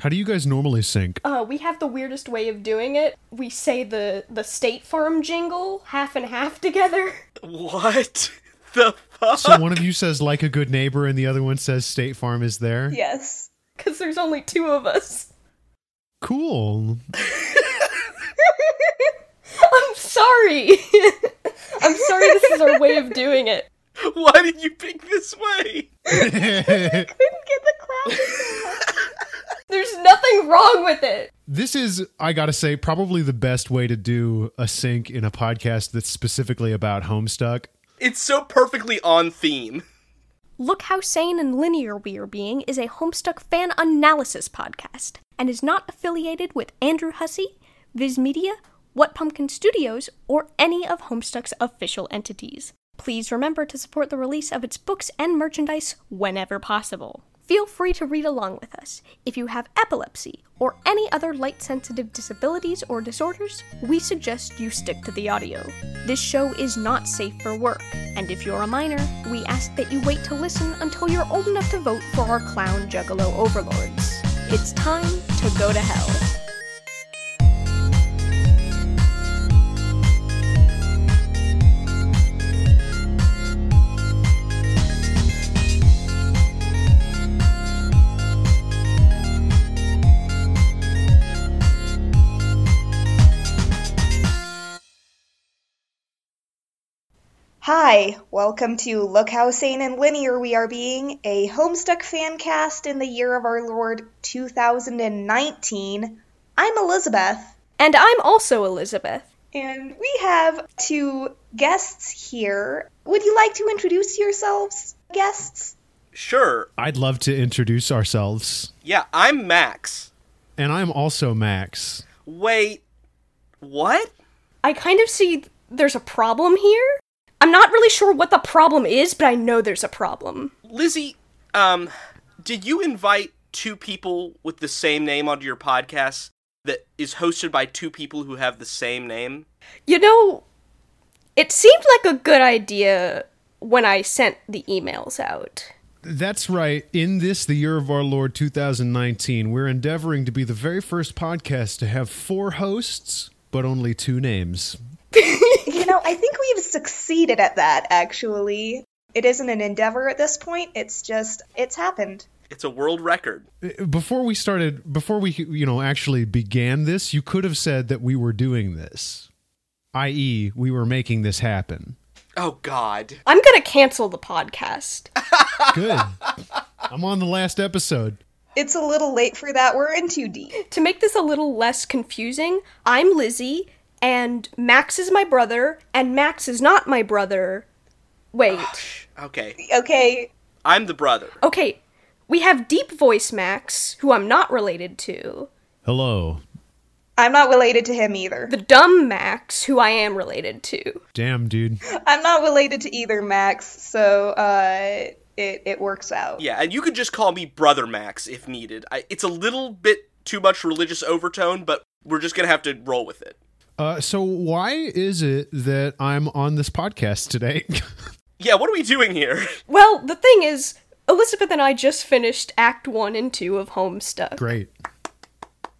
How do you guys normally sync? Uh, we have the weirdest way of doing it. We say the the State Farm jingle half and half together. What the fuck? So one of you says like a good neighbor, and the other one says State Farm is there. Yes. Because there's only two of us. Cool. I'm sorry. I'm sorry this is our way of doing it. Why did you pick this way? this Couldn't get the clap. There's nothing wrong with it. is, I gotta say, probably the best way to do a sync in a podcast that's specifically about Homestuck. It's so perfectly on theme. Look How Sane and Linear We Are Being is a Homestuck fan analysis podcast and is not affiliated with Andrew Hussey, Viz Media, What Pumpkin Studios, or any of Homestuck's official entities. Please remember to support the release of its books and merchandise whenever possible. Feel free to read along with us. If you have epilepsy or any other light sensitive disabilities or disorders, we suggest you stick to the audio. This show is not safe for work, and if you're a minor, we ask that you wait to listen until you're old enough to vote for our clown juggalo overlords. It's time to go to hell. Hi, welcome to Look How Sane and Linear We Are Being, a Homestuck fan cast in the year of our Lord 2019. I'm Elizabeth, And I'm also Elizabeth. and we have two guests here. Would you like to introduce yourselves, guests? Sure. I'd love to introduce ourselves. Yeah, I'm Max. And I'm also Max. Wait. What? I kind of see there's a problem here. I'm not really sure what the problem is, but I know there's a problem. Lizzie, um, did you invite two people with the same name onto your podcast that is hosted by two people who have the same name? You know, it seemed like a good idea when I sent the emails out. That's right. In this, the year of our Lord 2019, we're endeavoring to be the very first podcast to have four hosts, but only two names. You know, I think we've succeeded at that, actually. It isn't an endeavor at this point, it's just, it's happened. It's a world record. Before we started, before we, you know, actually began this, you could have said that we were doing this, i.e., we were making this happen. Oh, God. I'm gonna cancel the podcast. Good. I'm on the last episode. It's a little late for that, we're in too deep. to make this a little less confusing, I'm Lizzie, and Max is my brother, and Max is not my brother. Wait. Okay. Okay, I'm the brother. Okay, we have Deep Voice Max, who I'm not related to, Hello. I'm not related to him either. the Dumb Max, who I am related to. Damn, dude. I'm not related to either Max, so uh, it it works out. Yeah, and you could just call me Brother Max if needed. I, it's a little bit too much religious overtone, but we're just going to have to roll with it. Uh, so, why is it that I'm on this podcast today? Yeah, what are we doing here? Well, the thing is, Elizabeth and I just finished Act 1 and 2 of Homestuck. Great.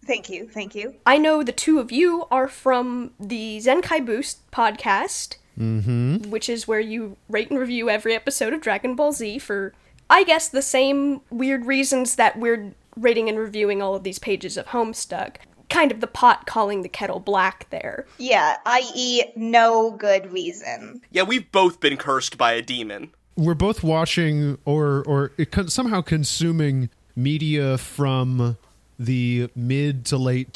Thank you, thank you. I know the two of you are from the Zenkai Boost podcast, mm-hmm. which is where you rate and review every episode of Dragon Ball Z for, I guess, the same weird reasons that we're rating and reviewing all of these pages of Homestuck. Kind of the pot calling the kettle black there. Yeah, i.e., no good reason. Yeah, we've both been cursed by a demon. we're both watching or or it con- somehow consuming media from the mid to late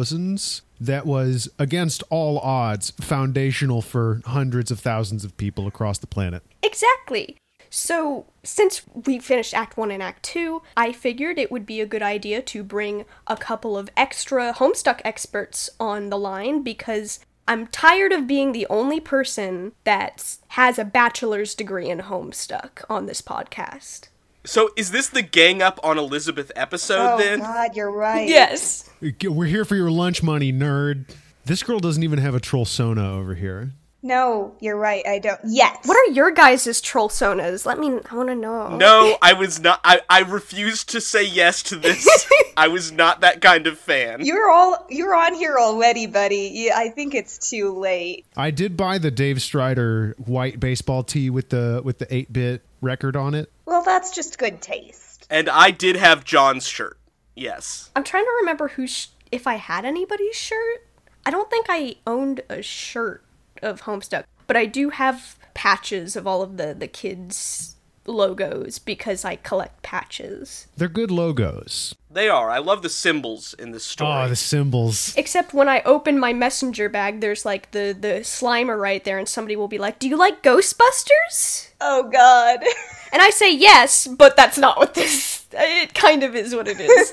2000s that was against all odds foundational for hundreds of thousands of people across the planet. Exactly. So, since we finished Act 1 and Act 2, I figured it would be a good idea to bring a couple of extra Homestuck experts on the line because I'm tired of being the only person that has a bachelor's degree in Homestuck on this podcast. So is this the gang up on Elizabeth episode oh then? God, you're right. Yes. We're here for your lunch money, nerd. This girl doesn't even have a troll sona over here. No, you're right. I don't. Yet. What are your guys' troll sonas? Let me. I want to know. No, I was not. I, I refused to say yes to this. I was not that kind of fan. You're all you're on here already, buddy. Yeah, I think it's too late. I did buy the Dave Strider white baseball tee with the with the eight bit record on it. Well, that's just good taste. and I did have John's shirt. Yes. I'm trying to remember who sh- if I had anybody's shirt. I don't think I owned a shirt of Homestuck, but I do have patches of all of the the kids logos because I collect patches. They're good logos. They are. I love the symbols in this story. Oh, the symbols. Except when I open my messenger bag, there's like the the Slimer right there, and somebody will be like, "Do you like Ghostbusters?" Oh God. And I say yes, but that's not what this. It kind of is what it is.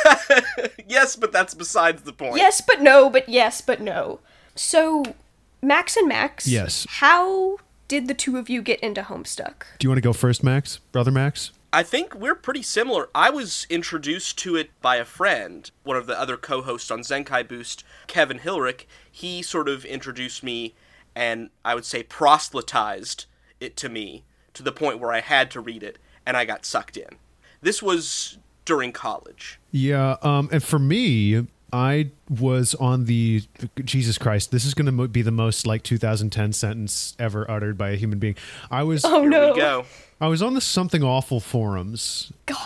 yes, but that's besides the point. yes, but no, but yes, but no. So, Max and Max. Yes. How did the two of you get into Homestuck? Do you want to go first, Max? Brother Max? I think we're pretty similar. I was introduced to it by a friend, one of the other co hosts on Zenkai Boost, Kevin Hilrich. He sort of introduced me and I would say proselytized it to me to the point where I had to read it and I got sucked in. This was during college. Yeah, um, and for me, I was on the Jesus Christ. This is going to be the most like 2010 sentence ever uttered by a human being. I was Oh Here no! we go. I was on the something awful forums God.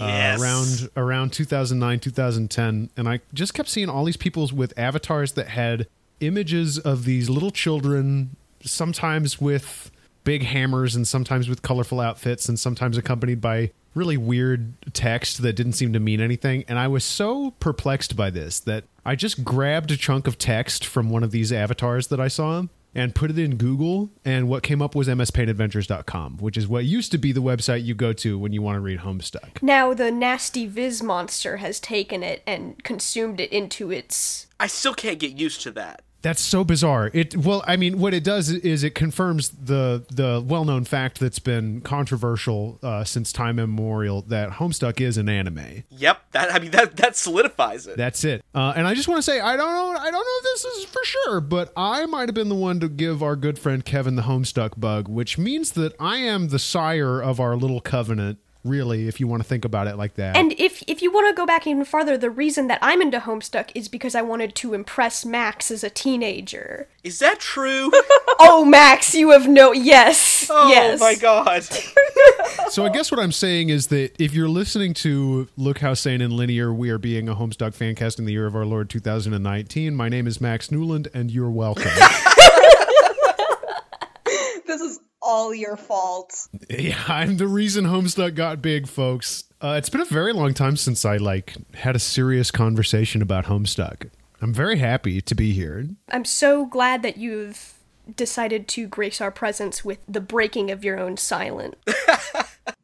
uh, Yes. around around 2009 2010 and i just kept seeing all these people with avatars that had images of these little children sometimes with big hammers and sometimes with colorful outfits and sometimes accompanied by really weird text that didn't seem to mean anything and i was so perplexed by this that i just grabbed a chunk of text from one of these avatars that i saw and put it in google and what came up was mspaintadventures.com which is what used to be the website you go to when you want to read homestuck Now the nasty Viz monster has taken it and consumed it into its. I still can't get used to that. That's so bizarre. It well, I mean, what it does is it confirms the the well known fact that's been controversial uh, since time immemorial that Homestuck is an anime. Yep, that I mean that that solidifies it. That's it. Uh, and I just want to say, I don't know, I don't know if this is for sure, but I might have been the one to give our good friend Kevin the Homestuck bug, which means that I am the sire of our little covenant. Really, if you want to think about it like that. And if if you want to go back even farther, the reason that I'm into Homestuck is because I wanted to impress Max as a teenager. Is that true? Oh, Max, you have no. Yes. Oh yes. my god. So I guess what I'm saying is that if you're listening to Look How Sane and Linear We Are Being a Homestuck Fancast in the Year of Our Lord 2019, my name is Max Newland and you're welcome. This is all your fault. yeah, I'm the reason Homestuck got big, folks. Uh, it's been a very long time since I like had a serious conversation about Homestuck. I'm very happy to be here. I'm so glad that you've decided to grace our presence with the breaking of your own silence.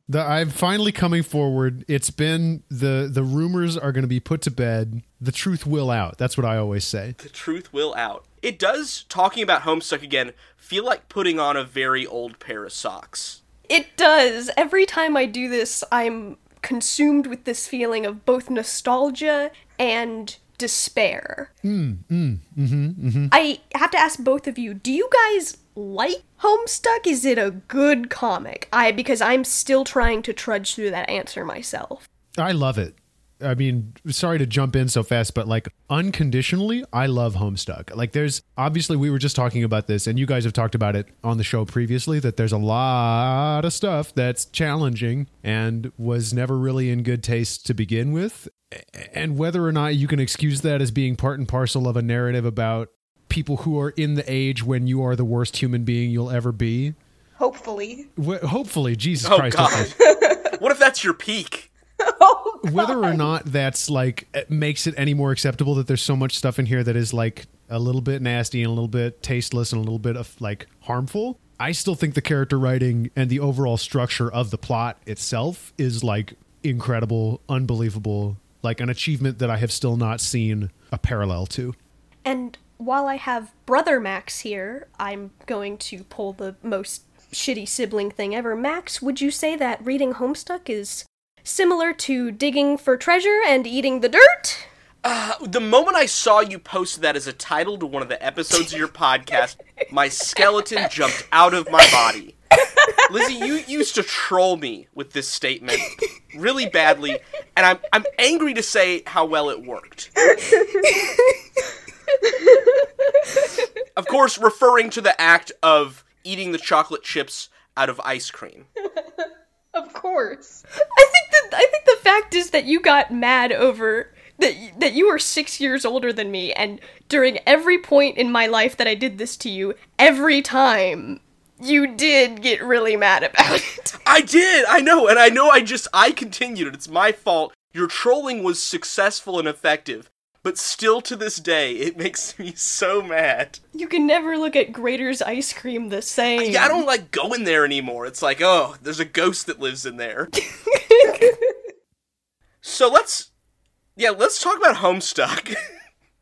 The, I'm finally coming forward. It's been the the rumors are going to be put to bed. The truth will out. That's what I always say. the truth will out. It does talking about Homestuck again feel like putting on a very old pair of socks. It does. Every time I do this, I'm consumed with this feeling of both nostalgia and despair. Mm, mm, mm-hmm, mm-hmm. I have to ask both of you, do you guys like Homestuck? Is it a good comic? I because I'm still trying to trudge through that answer myself. I love it. I mean, sorry to jump in so fast, but like unconditionally, I love Homestuck. Like, there's obviously, we were just talking about this, and you guys have talked about it on the show previously that there's a lot of stuff that's challenging and was never really in good taste to begin with. And whether or not you can excuse that as being part and parcel of a narrative about people who are in the age when you are the worst human being you'll ever be, Hopefully. wh- hopefully, Jesus Oh Christ. hopefully god. what if that's your peak? Oh, whether or not that's like it makes it any more acceptable that there's so much stuff in here that is like a little bit nasty and a little bit tasteless and a little bit of like harmful i still think the character writing and the overall structure of the plot itself is like incredible unbelievable like an achievement that i have still not seen a parallel to And while I have brother Max here, I'm going to pull the most shitty sibling thing ever. Max, would you say that reading Homestuck is similar to digging for treasure and eating the dirt? Uh, the moment I saw you post that as a title to one of the episodes of your podcast, my skeleton jumped out of my body. Lizzie, you used to troll me with this statement really badly, and I'm I'm angry to say how well it worked. of course, referring to the act of eating the chocolate chips out of ice cream. Of course. I think that I think the fact is that you got mad over that y- that you were 6 years older than me and during every point in my life that I did this to you, every time you did get really mad about it. I did, I know, and I know I just I continued it. It's my fault. Your trolling was successful and effective, but still to this day it makes me so mad. You can never look at Grater's ice cream the same. Yeah, I don't like going there anymore. It's like, oh, there's a ghost that lives in there. so let's yeah, let's talk about Homestuck.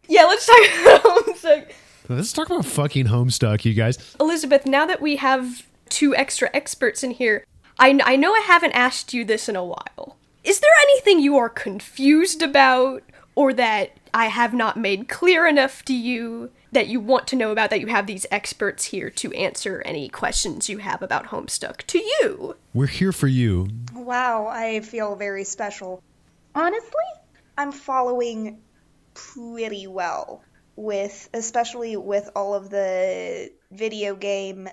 Yeah, let's talk about Homestuck. Let's talk about fucking Homestuck, you guys. Elizabeth, now that we have two extra experts in here, I, I know I haven't asked you this in a while. Is there anything you are confused about or that I have not made clear enough to you that you want to know about that you have these experts here to answer any questions you have about Homestuck to you? We're here for you. Wow, I feel very special. Honestly, I'm following pretty well with especially with all of the video game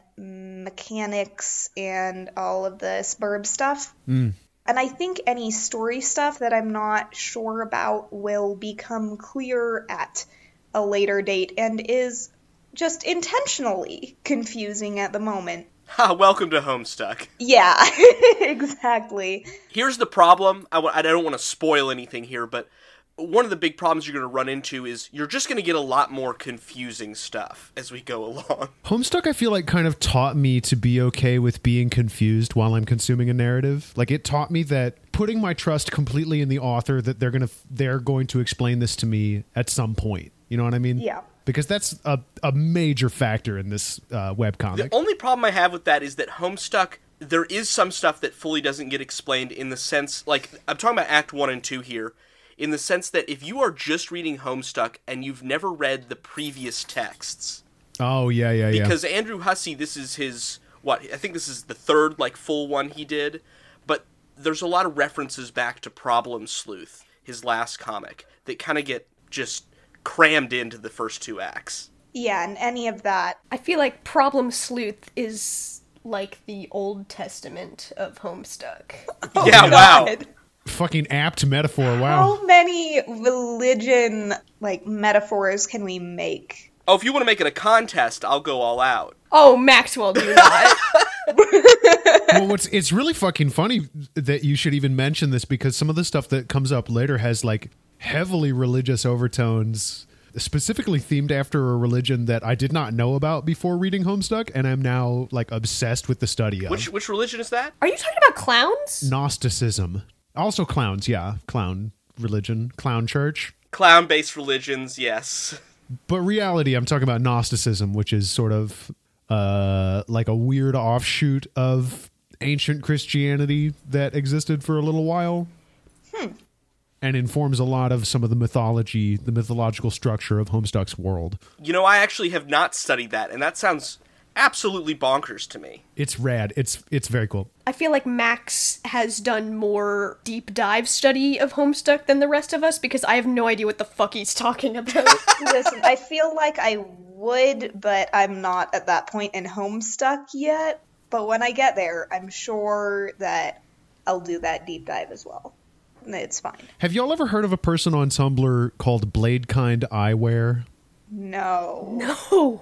mechanics and all of the spurb stuff. And I think any story stuff that I'm not sure about will become clear at a later date and is just intentionally confusing at the moment. ha, welcome to Homestuck. Yeah, exactly. here's the problem. I w- I don't want to spoil anything here, but one of the big problems you're going to run into is you're just going to get a lot more confusing stuff as we go along. Homestuck, I feel like, kind of taught me to be okay with being confused while I'm consuming a narrative. Like it taught me that putting my trust completely in the author that they're gonna they're going to explain this to me at some point. You know what I mean? Yeah. Because that's a, a major factor in this uh, webcomic. The only problem I have with that is that Homestuck, there is some stuff that fully doesn't get explained in the sense, like, I'm talking about Act 1 and 2 here, in the sense that if you are just reading Homestuck and you've never read the previous texts, oh yeah, yeah, yeah. because Andrew Hussey, this is his what I think this is the third like full one he did, but there's a lot of references back to Problem Sleuth, his last comic, that kind of get just crammed into the first two acts. Yeah, and any of that I feel like Problem Sleuth is like the Old Testament of Homestuck. yeah, wow. God. Fucking apt metaphor. Wow. How many religion like metaphors can we make? Oh, if you want to make it a contest, I'll go all out. Oh, Maxwell, do not. well, what's it's really fucking funny that you should even mention this because some of the stuff that comes up later has like heavily religious overtones, specifically themed after a religion that I did not know about before reading Homestuck, and I'm now like obsessed with the study of Which which religion is that? Are you talking about clowns? Gnosticism. Also, clowns, yeah, clown religion, clown church. Clown-based religions, yes. But reality, I'm talking about Gnosticism, which is sort of uh, like a weird offshoot of ancient Christianity that existed for a little while. And informs a lot of some of the mythology, the mythological structure of Homestuck's world. You know, I actually have not studied that, and that sounds absolutely bonkers to me. It's rad. It's it's very cool. I feel like Max has done more deep dive study of Homestuck than the rest of us because I have no idea what the fuck he's talking about. Listen, I feel like I would, but I'm not at that point in Homestuck yet. But when I get there, I'm sure that I'll do that deep dive as well. It's fine. Have y'all ever heard of a person on Tumblr called Bladekind Eyewear? No. no.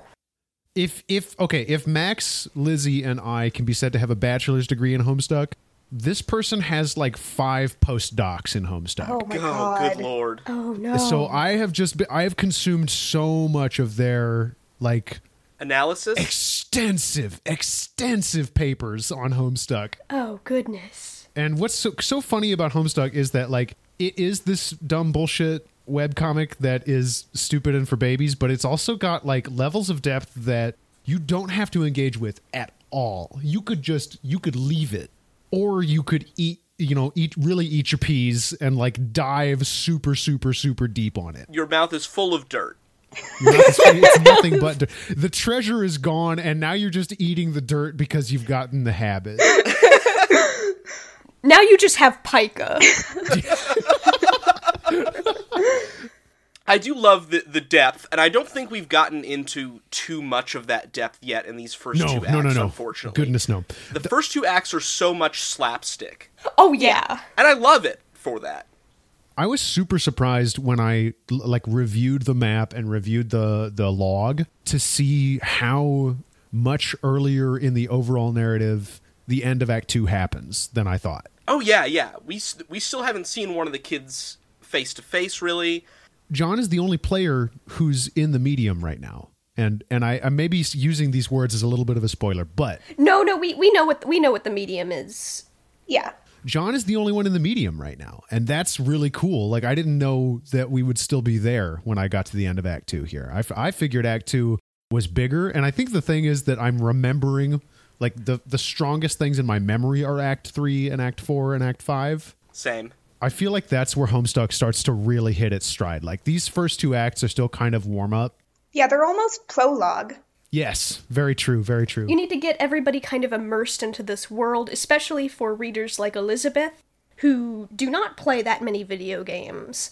if if okay, if Max, Lizzie, and I can be said to have a bachelor's degree in Homestuck, this person has like five postdocs in Homestuck. Oh my oh, god. good lord. Oh no. So uh, I have just been, I have consumed so much of their like Analysis? extensive, extensive papers on Homestuck. oh goodness. And what's so, so funny about Homestuck is that like it is this dumb bullshit webcomic that is stupid and for babies, but it's also got like levels of depth that you don't have to engage with at all. You could just you could leave it or you could eat you know, eat really eat your peas and like dive super, super, super deep on it. Your mouth is full of dirt. You're not- it's, it's nothing but dirt. the treasure is gone, and now you're just eating the dirt because you've gotten the habit. Now you just have pica. I do love the the depth, and I don't think we've gotten into too much of that depth yet in these first No, two acts. no, no, no. Unfortunately, Goodness, no. the first two acts are so much slapstick, Oh yeah. and I love it for that. I was super surprised when I l- like reviewed the map and reviewed the the log to see how much earlier in the overall narrative the end of Act Two happens than I thought. Oh yeah, yeah. We s- we still haven't seen one of the kids face to face really. John is the only player who's in the medium right now, and and I, I may be s- using these words as a little bit of a spoiler, but No, no, we, we know what we know what the medium is. Yeah. John is the only one in the medium right now, and that's really cool. Like I didn't know that we would still be there when I got to the end of Act Two. Here, I, f- I figured Act Two was bigger, and I think the thing is that I'm remembering like the the strongest things in my memory are Act Three and Act Four and Act Five. Same. I feel like that's where Homestuck starts to really hit its stride. Like these first two acts are still kind of warm up. Yeah, they're almost prologue. Yes, very true, very true. You need to get everybody kind of immersed into this world, especially for readers like Elizabeth, who do not play that many video games.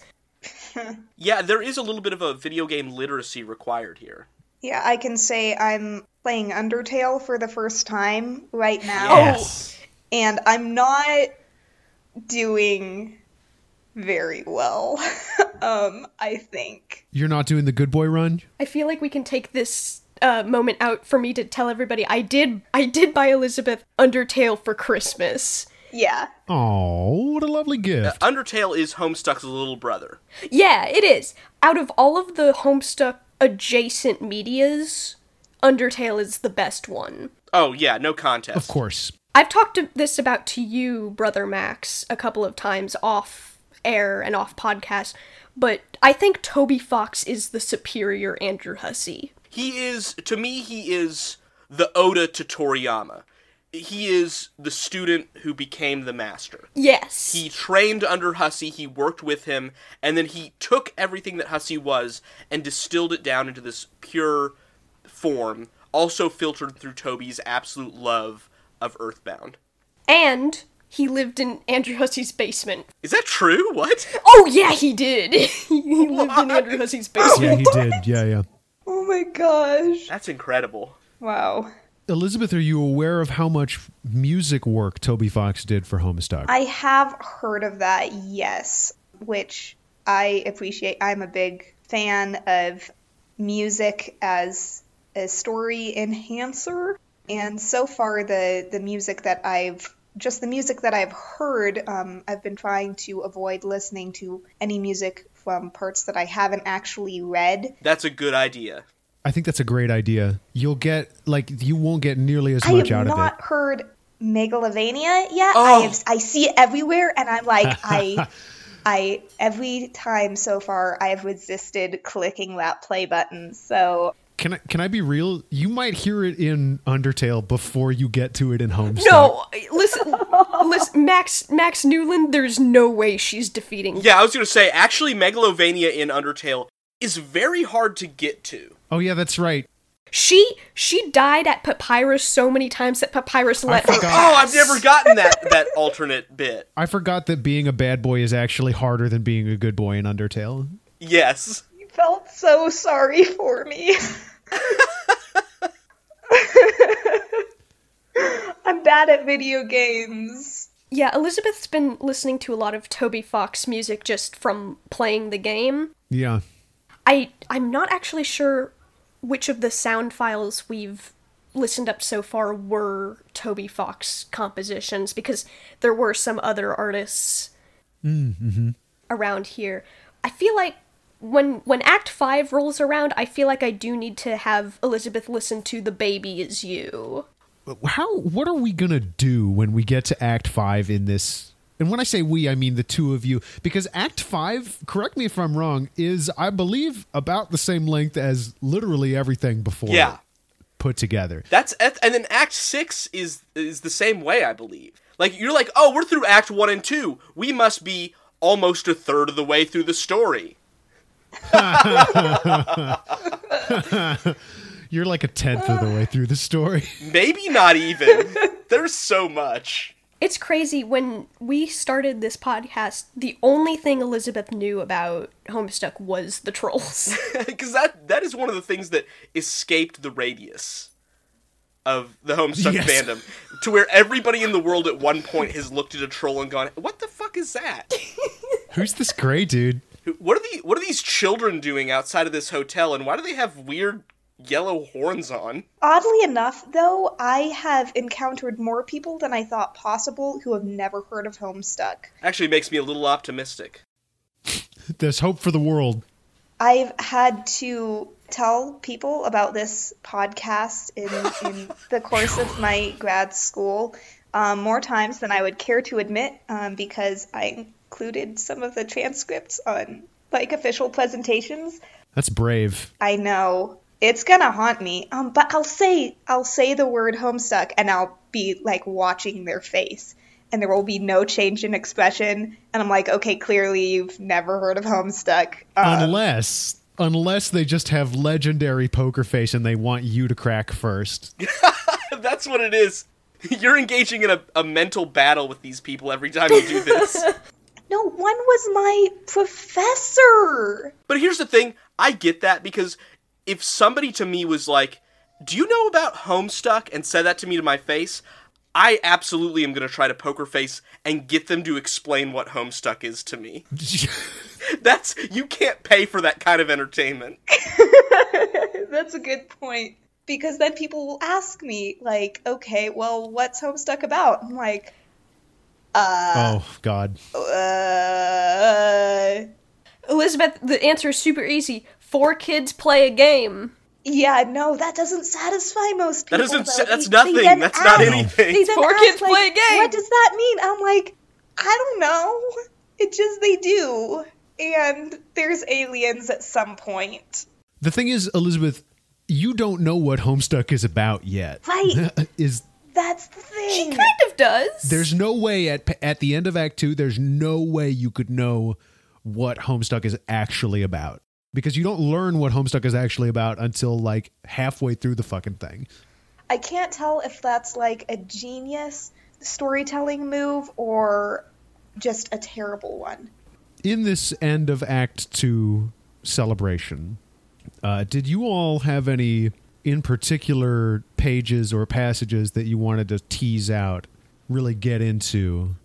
Yeah, there is a little bit of a video game literacy required here. Yeah, I can say I'm playing Undertale for the first time right now, yes. and I'm not doing very well. um, I think. You're not doing the good boy run? I feel like we can take this uh, moment out for me to tell everybody I did I did buy Elizabeth Undertale for Christmas. Yeah. Oh, what a lovely gift. Uh, Undertale is Homestuck's little brother. Yeah, it is. Out of all of the Homestuck adjacent medias, Undertale is the best one. Oh yeah, no contest. Of course. I've talked to this about to you, brother Max, a couple of times off air and off podcast, but I think Toby Fox is the superior Andrew Hussey. He is to me he is the Oda to Toriyama. He is the student who became the master. Yes. He trained under Hussey, he worked with him, and then he took everything that Hussey was and distilled it down into this pure form, also filtered through Toby's absolute love of Earthbound. and he lived in Andrew Hussey's basement. Is that true? What? Oh yeah, he did. he lived in Andrew Hussey's basement. Yeah, he did. Yeah, yeah. Oh my gosh. That's incredible. Wow. Elizabeth, are you aware of how much music work Toby Fox did for Homestuck? I have heard of that, yes, which I appreciate. I'm a big fan of music as a story enhancer, and so far the the music that I've just the music that I've heard, um, I've been trying to avoid listening to any music from parts that I haven't actually read. That's a good idea. I think that's a great idea. You'll get like you won't get nearly as I much out have of it. not heard Megalovania yet. Oh. I have, I see it everywhere, and I'm like, I, I every time so far I have resisted clicking that play button. So Can I can I be real? You might hear it in Undertale before you get to it in Homestuck. No, listen, listen, Max, Max Newland. There's no way she's defeating. Yeah, I was gonna say, actually, Megalovania in Undertale is very hard to get to. Oh yeah, that's right. She she died at Papyrus so many times that Papyrus let her. forgot. Oh, I've pass. never gotten that that alternate bit. I forgot that being a bad boy is actually harder than being a good boy in Undertale. Yes. you felt so sorry for me. I'm bad at video games. Yeah, Elizabeth's been listening to a lot of Toby Fox music just from playing the game. Yeah. I I'm not actually sure which of the sound files we've listened up so far were Toby Fox compositions because there were some other artists around here. I feel like when when Act Five rolls around, I feel like I do need to have Elizabeth listen to "The Baby Is You." how what are we gonna do when we get to act five in this and when i say we i mean the two of you because act five correct me if i'm wrong is i believe about the same length as literally everything before Yeah. put together That's and then Act Six is is the same way, I believe. Like you're like, oh, we're through Act One and Two. We must be almost a third of the way through the story. You're like a tenth of the way through the story. Maybe not even. There's so much. It's crazy when we started this podcast, the only thing Elizabeth knew about Homestuck was the trolls. Because that that is one of the things that escaped the radius of the Homestuck Yes. fandom, to where everybody in the world at one point has looked at a troll and gone, "What the fuck is that? Who's this gray dude? Who- What are the What are these children doing outside of this hotel? And why do they have weird yellow horns on?" Oddly enough, though, I have encountered more people than I thought possible who have never heard of Homestuck. Actually, makes me a little optimistic. There's hope for the world. I've had to tell people about this podcast in, in the course of my grad school um, more times than I would care to admit um, because I included some of the transcripts on like official presentations. That's brave. I know it's gonna haunt me, um, but I'll say I'll say the word Homestuck and I'll be like watching their face. And there will be no change in expression. And I'm like, okay, clearly you've never heard of Homestuck. Um, unless unless they just have legendary poker face and they want you to crack first. That's what it is. You're engaging in a, a mental battle with these people every time you do this. No, one was my professor. But here's the thing, I get that because if somebody to me was like, "Do you know about Homestuck?" and said that to me to my face, I absolutely am going to try to poker face and get them to explain what Homestuck is to me. That's you can't pay for that kind of entertainment. That's a good point. Because then people will ask me, like, okay, well, what's Homestuck about? I'm like, oh god. uh, Elizabeth, the answer is super easy. Four kids play a game. yeah, no, that doesn't satisfy most That people. doesn't though. sa- that's They- nothing. they then That's not ask- anything. They then Four ask, kids like, play a game. What does that mean? I'm like, I don't know. It just they do, and there's aliens at some point. The thing is, Elizabeth, you don't know what Homestuck is about yet. Right. is That's the thing. Kind of does. there's no way at at the end of act 2 there's no way you could know what Homestuck is actually about because you don't learn what Homestuck is actually about until like halfway through the fucking thing. I can't tell if that's like a genius storytelling move or just a terrible one. in this end of act two celebration uh, did you all have any in particular pages or passages that you wanted to tease out really get into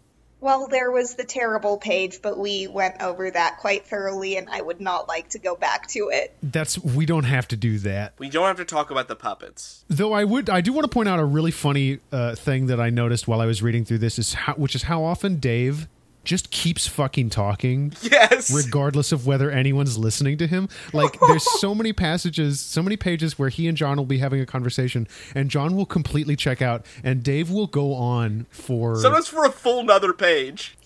Well, there was the terrible page, but we went over that quite thoroughly, and I would not like to go back to it. that's we don't have to do that We don't have to talk about the puppets. though i would i do want to point out a really funny uh, thing that i noticed while i was reading through this is how which is how often dave just keeps fucking talking Yes. regardless of whether anyone's listening to him. Like, there's so many passages, so many pages where he and John will be having a conversation, and John will completely check out, and Dave will go on for, Sometimes for a full nother page.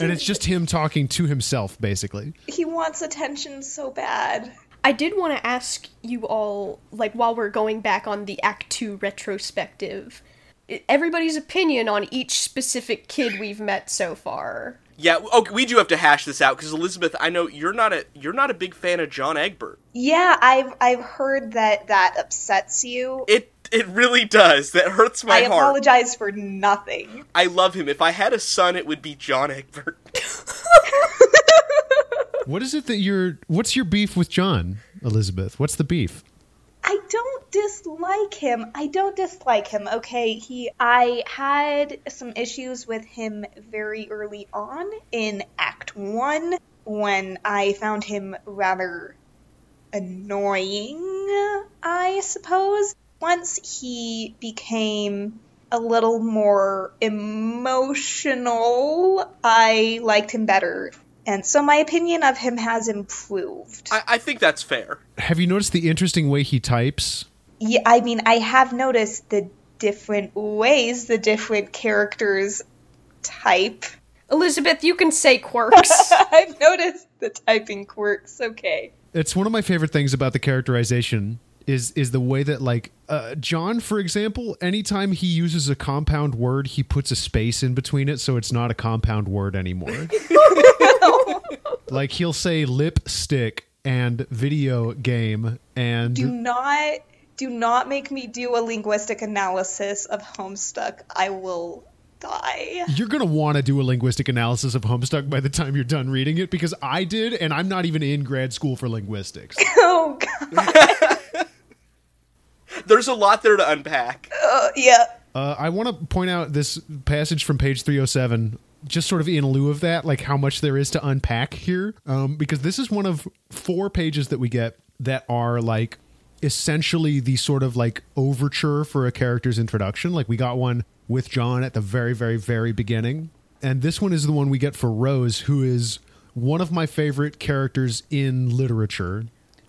and it's just him talking to himself, basically. He wants attention so bad. I did want to ask you all, like, while we're going back on the Act 2 retrospective, i- everybody's opinion on each specific kid we've met so far. Yeah, okay, we do have to hash this out because Elizabeth, I know you're not a you're not a big fan of John Egbert. Yeah, I've I've heard that that upsets you. It it really does. That hurts my I heart. apologize for nothing. I love him. If I had a son, it would be John Egbert. What is it that you're? What's your beef with John, Elizabeth? What's the beef? I don't dislike him. I don't dislike him. Okay, he I had some issues with him very early on in act 1 when I found him rather annoying, I suppose. Once he became a little more emotional, I liked him better. And so my opinion of him has improved. I, I think that's fair. Have you noticed the interesting way he types? Yeah, I mean, I have noticed the different ways the different characters type. Elizabeth, you can say quirks. I've noticed the typing quirks. Okay. It's one of my favorite things about the characterization is is the way that like uh, John, for example, anytime he uses a compound word, he puts a space in between it, so it's not a compound word anymore. like he'll say lipstick and video game and Do not do not make me do a linguistic analysis of Homestuck. I will die. You're going to want to do a linguistic analysis of Homestuck by the time you're done reading it because I did, and I'm not even in grad school for linguistics. Oh god. There's a lot there to unpack. Yeah. Uh, I want to point out this passage from page 307, just sort of in lieu of that, like how much there is to unpack here, um, because this is one of four pages that we get that are like essentially the sort of like overture for a character's introduction. Like we got one with John at the very, very, very beginning. And this one is the one we get for Rose, who is one of my favorite characters in literature.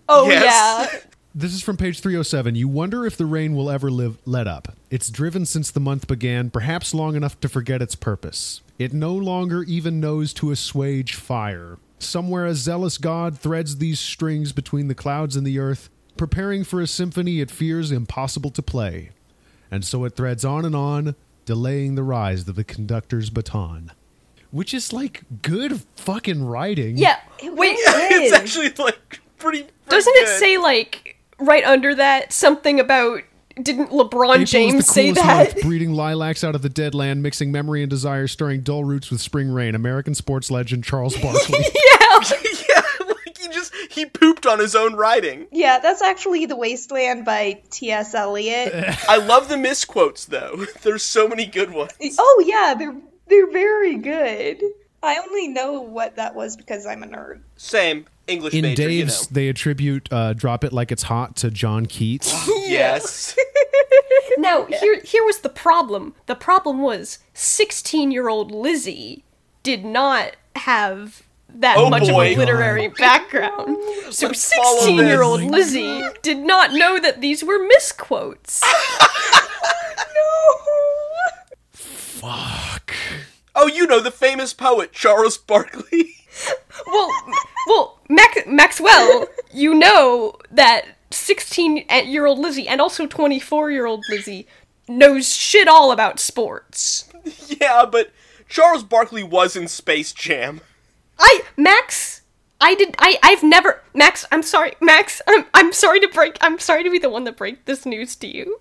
Oh Yes. yeah. This is from page 307. You wonder if the rain will ever live let up. It's driven since the month began, perhaps long enough to forget its purpose. It no longer even knows to assuage fire. Somewhere a zealous god threads these strings between the clouds and the earth, preparing for a symphony it fears impossible to play. And so it threads on and on, delaying the rise of the conductor's baton. Which is like good fucking writing. Yeah. It Wait, really it's is. actually like pretty. pretty doesn't it good. say like right under that something about didn't LeBron April's James the say coolest that? month, breeding lilacs out of the dead land, mixing memory and desire, stirring dull roots with spring rain. American sports legend Charles Barkley. yeah, like he just he pooped on his own writing. Yeah, that's actually The Wasteland by T.S. Eliot. I love the misquotes though. There's so many good ones. oh yeah, they're they're very good. I only know what that was because I'm a nerd. Same English In major, Dave's, they attribute uh, "Drop It Like It's Hot" to John Keats. you know. Yes. Now, here here was the problem. The problem was 16-year-old Lizzie did not have that Oh much boy. of a literary background. So follow 16-year-old this. Lizzie did not know that these were misquotes. Fuck. Oh, you know the famous poet Charles Barkley. well, well, Mac- Maxwell, you know that 16-year-old Lizzie and also 24-year-old Lizzie knows shit all about sports. yeah, but Charles Barkley was in Space Jam. I Max, I did I I've never Max, I'm sorry. Max, I'm I'm sorry to break I'm sorry to be the one that break this news to you.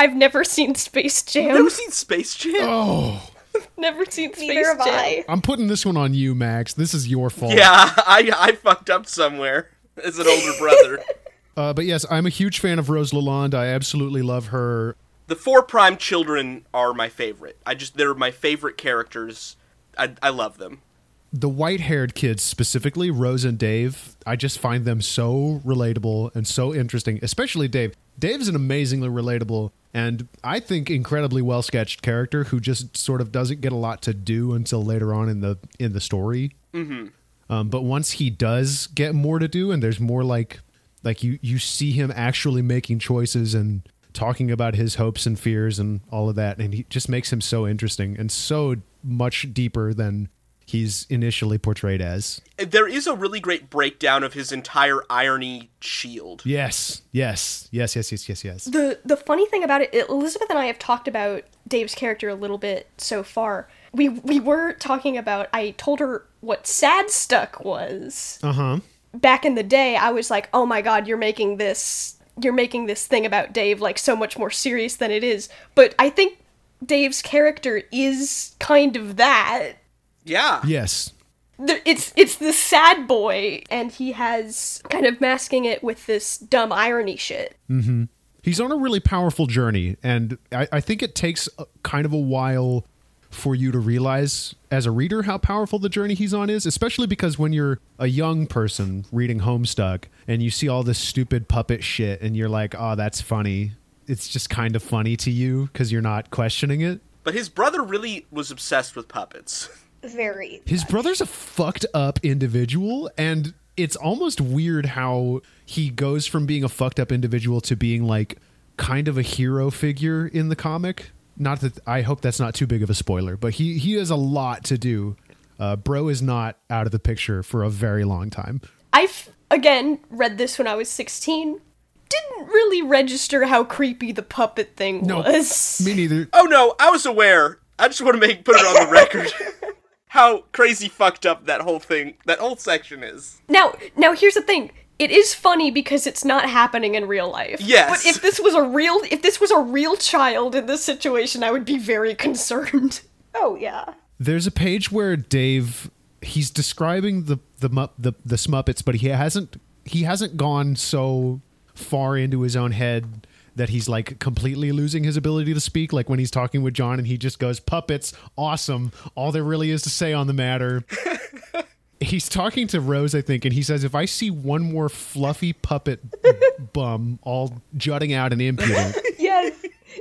I've never seen Space Jam. Never seen Space Jam. Oh, never seen Space Neither have Jam. I. I'm putting this one on you, Max. This is your fault. Yeah, I I fucked up somewhere as an older brother. Uh, but yes, I'm a huge fan of Rose Lalonde. I absolutely love her. the four prime children are my favorite. I just they're my favorite characters. I I love them. The white-haired kids, specifically Rose and Dave, I just find them so relatable and so interesting. Especially Dave. Dave's an amazingly relatable and I think incredibly well sketched character who just sort of doesn't get a lot to do until later on in the in the story. Um, but once he does get more to do, and there's more like like you you see him actually making choices and talking about his hopes and fears and all of that, and he just makes him so interesting and so much deeper than he's initially portrayed as. There is a really great breakdown of his entire irony shield. Yes, yes, yes, yes, yes, yes, yes. the the funny thing about it, Elizabeth and I have talked about Dave's character a little bit so far. We we were talking about. I told her what sad stuck was Uh huh. back in the day. I was like, oh my god, you're making this you're making this thing about Dave like so much more serious than it is. But I think Dave's character is kind of that. Yeah. Yes. There- It's it's the sad boy, and he has kind of masking it with this dumb irony shit. he's on a really powerful journey and I, I think it takes a, kind of a while for you to realize as a reader how powerful the journey he's on is especially because when you're a young person reading homestuck and you see all this stupid puppet shit and you're like oh that's funny it's just kind of funny to you because you're not questioning it But his brother really was obsessed with puppets. Very. his brother's a fucked up individual, and it's almost weird how he goes from being a fucked up individual to being like kind of a hero figure in the comic. Not that I hope that's not too big of a spoiler, but he he has a lot to do. Uh, bro is not out of the picture for a very long time. I've again read this when I was 16. didn't really register how creepy the puppet thing No. was. Me neither. Oh no, I was aware. I just want to make put it on the record. How crazy fucked up that whole thing, that whole section is. Now, now here's the thing. It is funny because it's not happening in real life. Yes. But if this was a real if this was a real child in this situation, I would be very concerned. Oh yeah. There's a page where Dave he's describing the the mu- the the Smuppets, but he hasn't he hasn't gone so far into his own head that he's like completely losing his ability to speak. Like when he's talking with John, and he just goes, "Puppets, awesome! All there really is to say on the matter." he's talking to Rose, I think, and he says, "If I see one more fluffy puppet bum all jutting out and impudent, Yes.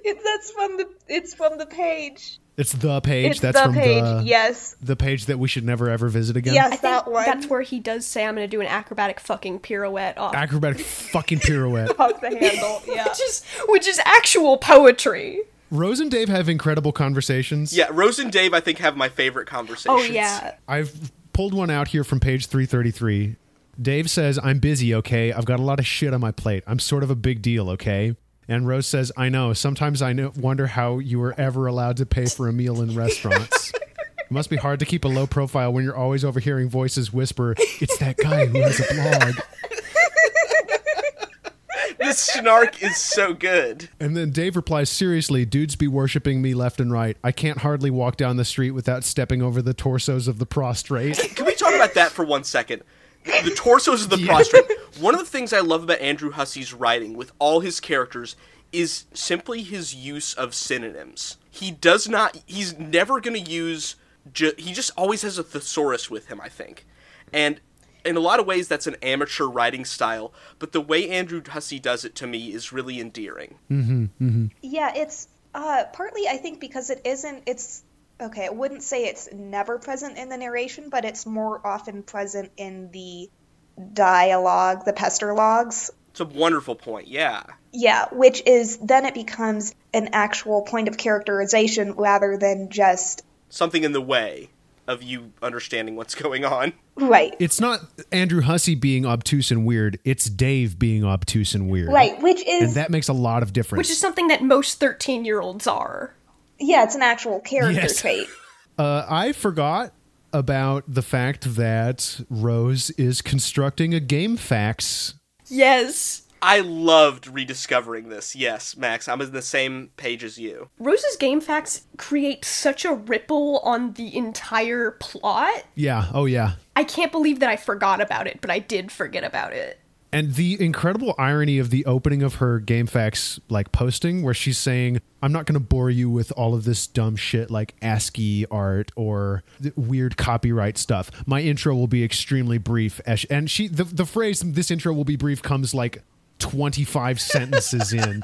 It, that's from the it's from the page. it's the page. It's that's the from page. the yes. the page that we should never ever visit again." Yes, I think that one. that's where he does say I'm gonna do an acrobatic fucking pirouette off. acrobatic fucking pirouette. Hug the handle. Yeah. which is which is actual poetry. Rose and Dave have incredible conversations. Yeah, Rose and Dave, I think, have my favorite conversations. Oh yeah. I've pulled one out here from page 333. Dave says, I'm busy, okay? I've got a lot of shit on my plate. I'm sort of a big deal, okay? And Rose says, I know. Sometimes I know- wonder how you were ever allowed to pay for a meal in restaurants. it must be hard to keep a low profile when you're always overhearing voices whisper, It's that guy who has a blog. This snark is so good. And then Dave replies, Seriously, dudes be worshiping me left and right. I can't hardly walk down the street without stepping over the torsos of the prostrate. Can we talk about that for one second? The torsos of the prostrate. One of the things I love about Andrew Hussey's writing with all his characters is simply his use of synonyms. He does not. He's never going to use. Ju- he just always has a thesaurus with him. I think, and in a lot of ways that's an amateur writing style. But the way Andrew Hussey does it to me is really endearing. Yeah, it's uh, partly I think because it isn't. It's okay. I wouldn't say it's never present in the narration, but it's more often present in the dialogue, the pester logs. It's a wonderful point. Yeah. Yeah, which is then it becomes an actual point of characterization rather than just Something in the way of you understanding what's going on. right, it's not Andrew Hussey being obtuse and weird. It's Dave being obtuse and weird. right. Which And is that makes a lot of difference. Which is something that most 13-year-olds are. yeah, it's an actual character Yes. trait. uh, I forgot about the fact that Rose is constructing a game fax. Yes. I loved rediscovering this. Yes, Max, I'm in the same page as you. Rose's game facts create such a ripple on the entire plot. Yeah. Oh, yeah. I can't believe that I forgot about it, but I did forget about it. And the incredible irony of the opening of her GameFAQs like posting, where she's saying, "I'm not going to bore you with all of this dumb shit like ASCII art or th- weird copyright stuff. My intro will be extremely brief." as sh- And she, the, the phrase "this intro will be brief" comes like 25 sentences in.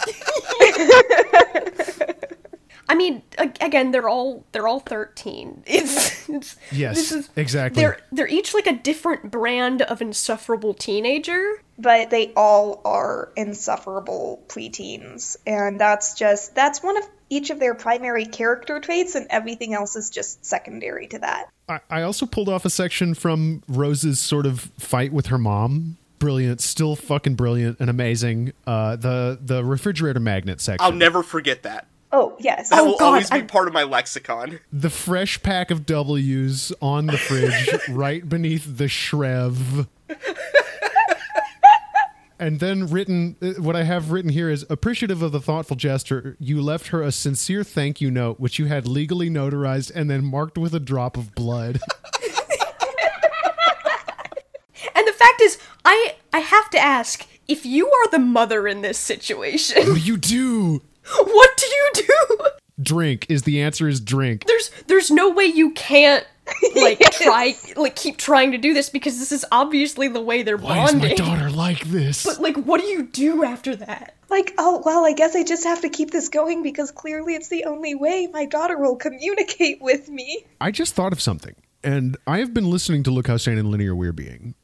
I mean, a- again, they're all they're all 13. It's, it's Yes, this is- exactly. They're they're each like a different brand of insufferable teenager. but they all are insufferable preteens and that's just that's one of each of their primary character traits and everything else is just secondary to that I, I also pulled off a section from Rose's sort of fight with her mom. Brilliant, still fucking brilliant and amazing. Uh, the the refrigerator magnet section. I'll never forget that. oh yes That will God, always be I- part of my lexicon. the fresh pack of W's on the fridge right beneath the Shrev. And then written, uh, what I have written here is appreciative of the thoughtful gesture. You left her a sincere thank you note, which you had legally notarized and then marked with a drop of blood. And the fact is, I I have to ask if you are the mother in this situation, you do what do you do? drink is the answer is drink. there's there's no way you can't like try like keep trying to do this because this is obviously the way they're Why is my bonding. daughter like this? Like what do you do after that? like oh well i guess i just have to keep this going because clearly it's the only way my daughter will communicate with me I just thought of something, and I have been listening to Look How Sane and Linear We're Being,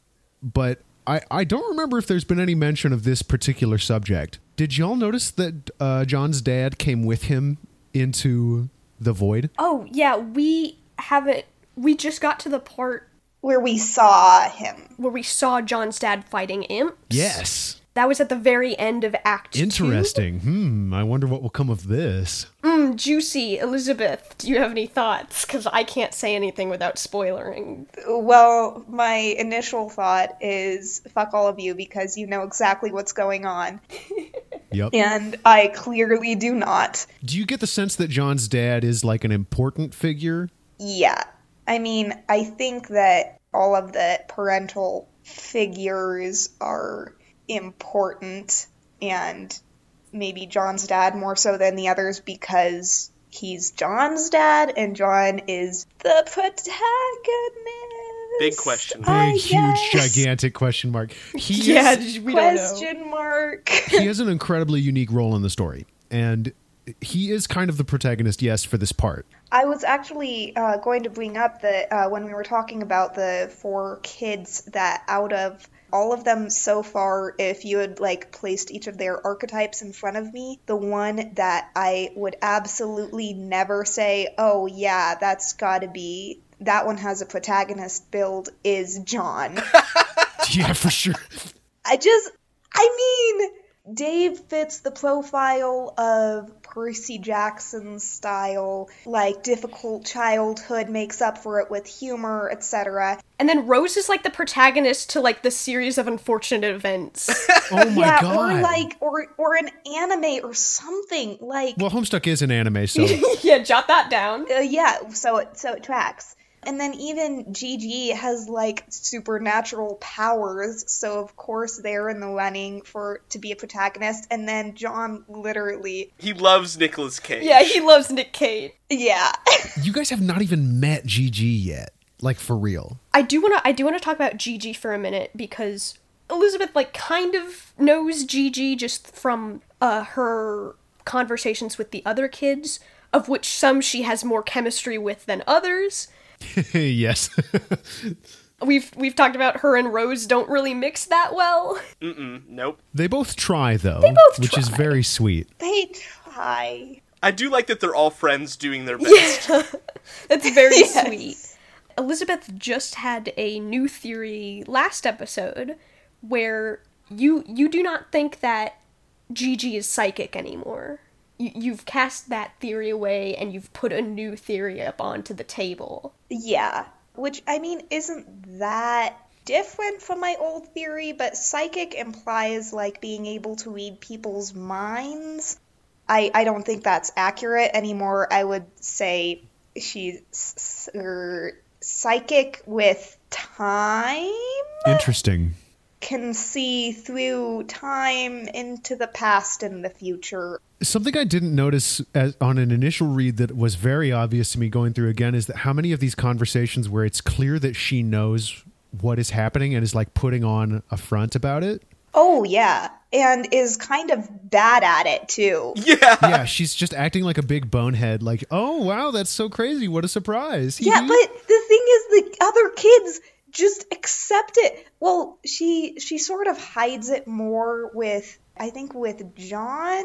but I, I don't remember if there's been any mention of this particular subject. Did y'all notice that uh, John's dad came with him into the void? Oh yeah, we haven't we just got to the part where we saw him where we saw John's dad fighting imps. Yes. That was at the very end of Act Two. Interesting. Hmm. I wonder what will come of this. Mm, juicy. Elizabeth, do you have any thoughts? Because I can't say anything without spoilering. Well, my initial thought is fuck all of you because you know exactly what's going on, Yep. and I clearly do not. Do you get the sense that John's dad is like an important figure? Yeah. I mean, I think that all of the parental figures are important, and maybe John's dad more so than the others because he's John's dad and John is the protagonist. Big question. Big, I huge, guess. gigantic question mark. He is- yeah, we don't know. Question mark. he has an incredibly unique role in the story, and he is kind of the protagonist, yes, for this part. I was actually uh, going to bring up that uh, when we were talking about the four kids, that out of all of them so far, if you had like placed each of their archetypes in front of me, the one that I would absolutely never say, oh, yeah, that's gotta be. That one has a protagonist build is John. Yeah, for sure. I just, I mean, Dave fits the profile of Percy Jackson's style, like difficult childhood makes up for it with humor, etc. And then Rose is like the protagonist to like the series of unfortunate events. Oh my yeah, god. or like, or or an anime or something like. well, Homestuck is an anime, so yeah, jot that down. Uh, yeah, so it so it tracks. And then even Gigi has like supernatural powers, so of course they're in the running for to be a protagonist. And then John literally, He loves Nicolas Cage. Yeah, he loves Nick Cage. yeah. you guys have not even met Gigi yet, like for real. I do want to I do want to talk about Gigi for a minute because Elizabeth like kind of knows Gigi just from uh, her conversations with the other kids, of which some she has more chemistry with than others. yes. We've we've talked about her and Rose don't really mix that well. Nope. they both try though, both which is try. very sweet. They try. I do like that they're all friends doing their best. That's very sweet. Elizabeth just had a new theory last episode where you you do not think that Gigi is psychic anymore. You, you've cast that theory away and you've put a new theory up onto the table. Yeah. Which, I mean, isn't that different from my old theory, but psychic implies like being able to read people's minds. I, I don't think that's accurate anymore. I would say she's s- er, psychic with time, Uh. Interesting. can see through time into the past and the future. Something I didn't notice as, on an initial read that was very obvious to me going through again is that how many of these conversations where it's clear that she knows what is happening and is like putting on a front about it. Oh, yeah. And is kind of bad at it too. yeah, she's just acting like a big bonehead. Like, oh wow, that's so crazy! What a surprise! Yeah, but the thing is, the other kids just accept it. Well, she she sort of hides it more with I think with John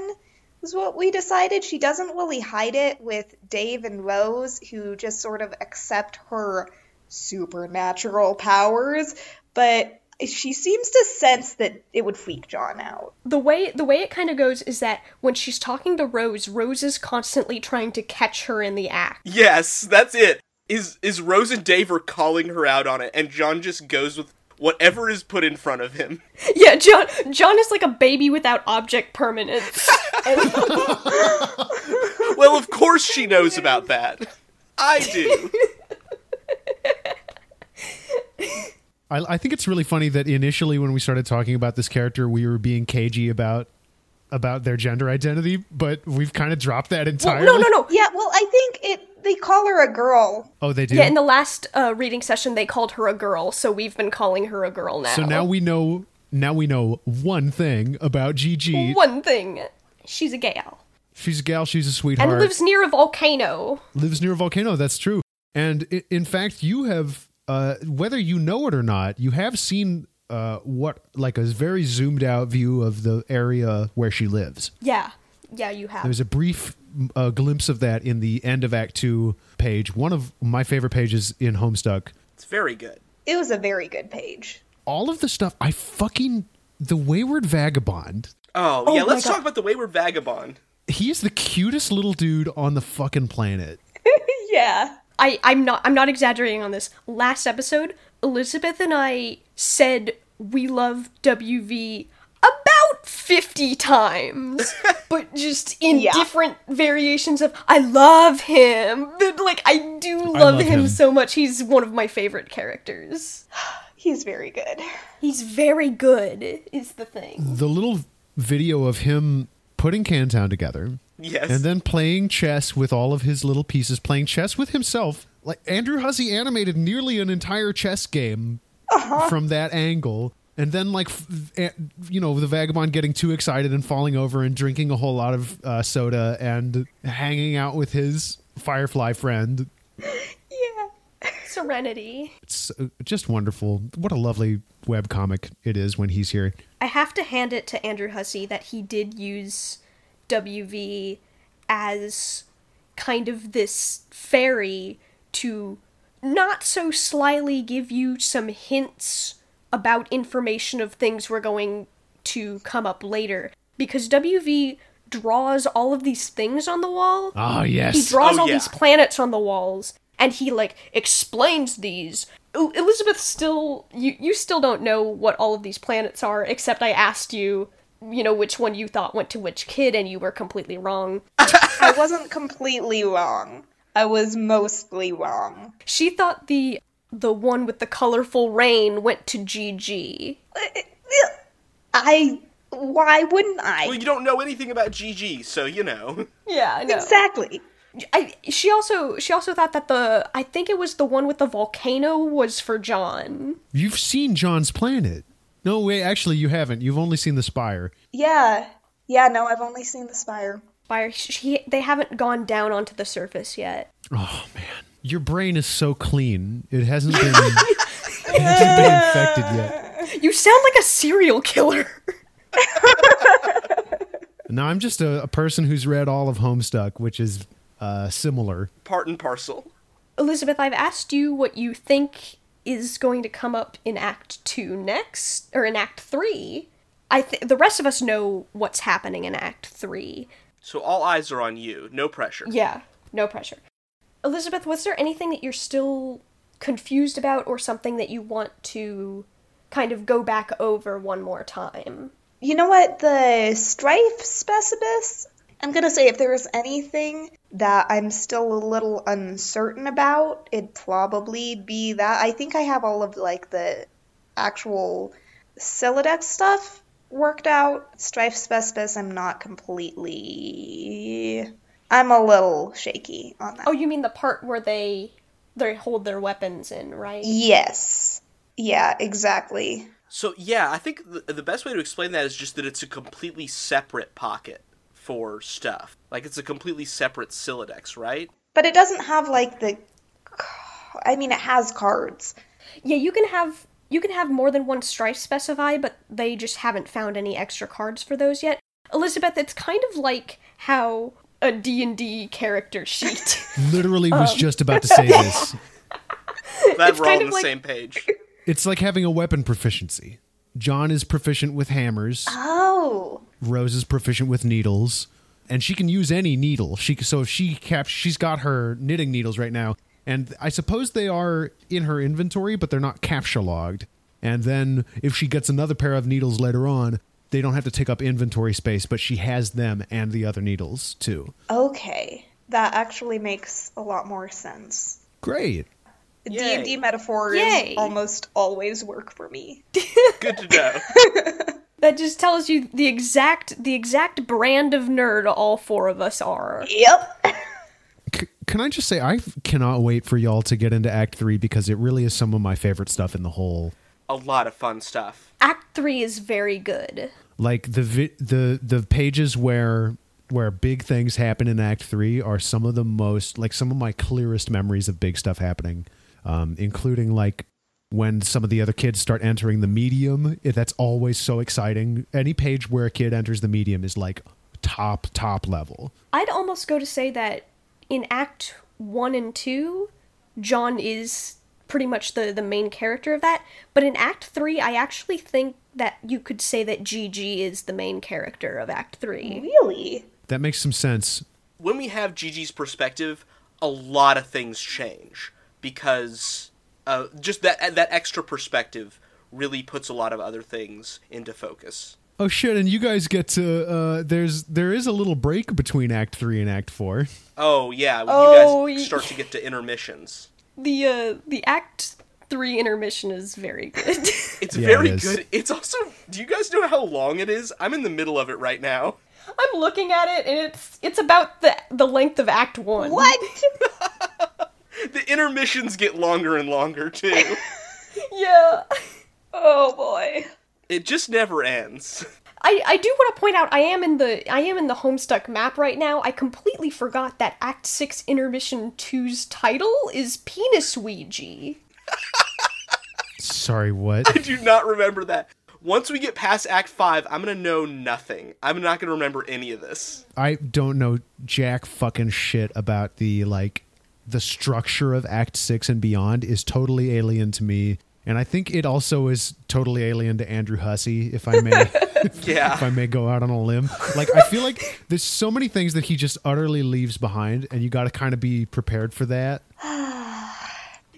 is what we decided. She doesn't really hide it with Dave and Rose, who just sort of accept her supernatural powers, but she seems to sense that it would freak John out. The way the way it kind of goes is that when she's talking to Rose, Rose is constantly trying to catch her in the act. Yes, that's it. Is is Rose and Dave are calling her out on it, and John just goes with whatever is put in front of him. Yeah, John John is like a baby without object permanence. And- Well, of course she knows about that. I do. I, I think it's really funny that initially when we started talking about this character, we were being cagey about about their gender identity, but we've kind of dropped that entirely. no, no, no. Yeah, well, I think it they call her a girl. Oh, they do. Yeah, in the last uh, reading session, they called her a girl, so we've been calling her a girl now. so now we know. Now we know one thing about Gigi. One thing. She's a gal. She's a gal. She's a sweetheart. And lives near a volcano. lives near a volcano. That's true. And i- in fact, you have, uh, whether you know it or not, you have seen uh, what, like a very zoomed out view of the area where she lives. Yeah. Yeah, you have. There's a brief m- uh, glimpse of that in the end of Act Two page, one of my favorite pages in Homestuck. It's very good. It was a very good page. All of the stuff I fucking the Wayward Vagabond. Oh, yeah, my let's God. talk about the Wayward Vagabond. He's the cutest little dude on the fucking planet. yeah. I, I'm not I'm not exaggerating on this. Last episode, Elizabeth and I said we love WV about 50 times, but just in Yeah. different variations of I love him. But, Like I do love, love him, him. so much. He's one of my favorite characters. He's very good. He's very good is the thing. The little video of him putting Cantown together Yes. and then playing chess with all of his little pieces, playing chess with himself. Like Andrew Hussey animated nearly an entire chess game from that angle. And then, like, f- a- you know, the vagabond getting too excited and falling over and drinking a whole lot of uh, soda and hanging out with his firefly friend. Yeah. Serenity. It's uh, just wonderful. What a lovely webcomic it is when he's here. I have to hand it to Andrew Hussey that he did use WV as kind of this fairy to not so slyly give you some hints about information of things we're going to come up later. Because WV draws all of these things on the wall, Ah, yes. he draws Oh, all yeah. these planets on the walls and he like explains these O- elizabeth still you you still don't know what all of these planets are except i asked you you know which one you thought went to which kid and you were completely wrong I wasn't completely wrong. I was mostly wrong. she thought the the one with the colorful rain went to gg I. Why wouldn't I? well, you don't know anything about GG, so you know. yeah i know exactly. I, she also she also thought that the i think it was the one with the volcano was for john You've seen John's planet. No, wait, actually, you haven't. You've only seen the spire. Yeah. Yeah, no, I've only seen the spire. by she they haven't gone down onto the surface yet Oh, man. Your brain is so clean. It hasn't been, it hasn't been infected yet. You sound like a serial killer. No, I'm just a, a person who's read all of Homestuck, which is uh, similar. Part and parcel. Elizabeth, I've asked you what you think is going to come up in Act 2 next, or in Act 3. I th- the rest of us know what's happening in Act 3. So all eyes are on you. No pressure. Yeah, no pressure. Elizabeth, was there anything that you're still confused about or something that you want to kind of go back over one more time? You know what? The strife specibus? I'm gonna say if there is anything that I'm still a little uncertain about, it'd probably be that. I think I have all of like the actual Silodex stuff worked out. Strife specibus, I'm not completely. I'm a little shaky on that. Oh, you mean the part where they they hold their weapons in, right? Yes. Yeah, exactly. So yeah, I think the, the best way to explain that is just that it's a completely separate pocket for stuff. Like it's a completely separate Silodex, right? But it doesn't have like the. I mean, it has cards. Yeah, you can have you can have more than one strife specify, but they just haven't found any extra cards for those yet. Elizabeth, it's kind of like how a D&D character sheet. Literally was just about to say this. Glad It's we're all kind on of the like- same page. It's like having a weapon proficiency. John is proficient with hammers. Oh. Rose is proficient with needles, and she can use any needle. She so if she cap she's got her knitting needles right now, and I suppose they are in her inventory, but they're not capture logged. And then if she gets another pair of needles later on, they don't have to take up inventory space, but she has them and the other needles too. Okay. That actually makes a lot more sense. Great. D Yay. and D metaphors Yay. almost always work for me. Good to know. that just tells you the exact the exact brand of nerd all four of us are. Yep. C- can I just say I f- cannot wait for y'all to get into Act Three because it really is some of my favorite stuff in the whole a lot of fun stuff. Act 3 is very good. like the vi- the the pages where where big things happen in act 3 are some of the most like some of my clearest memories of big stuff happening um including like when some of the other kids start entering the medium it, that's always so exciting any page where a kid enters the medium is like top top level I'd almost go to say that in Act 1 and 2, John is pretty much the, the main character of that. But in Act 3, I actually think that you could say that Gigi is the main character of Act 3. Really? That makes some sense. when we have Gigi's perspective, a lot of things change because uh, just that that extra perspective really puts a lot of other things into focus. Oh shit! And you guys get to uh, there's there is a little break between Act Three and Act Four. Oh yeah, when Oh, you y- guys start to get to intermissions. The uh the Act 3 intermission is very good. It's Yeah, it very is. good. It's also do you guys know how long it is? I'm in the middle of it right now. I'm looking at it and it's it's about the the length of Act 1. What? The intermissions get longer and longer too. Yeah. oh boy. it just never ends. I, I do want to point out I am in the I am in the Homestuck map right now. I completely forgot that Act 6 Intermission 2's title is Penis Ouija. Sorry, what? I do not remember that. Once we get past Act 5, I'm going to know nothing. I'm not going to remember any of this. I don't know jack fucking shit about the like the structure of Act Six and beyond is totally alien to me, and I think it also is totally alien to Andrew Hussey, if I may. Yeah. if I may go out on a limb. Like I feel like there's so many things that he just utterly leaves behind, and you got to kind of be prepared for that.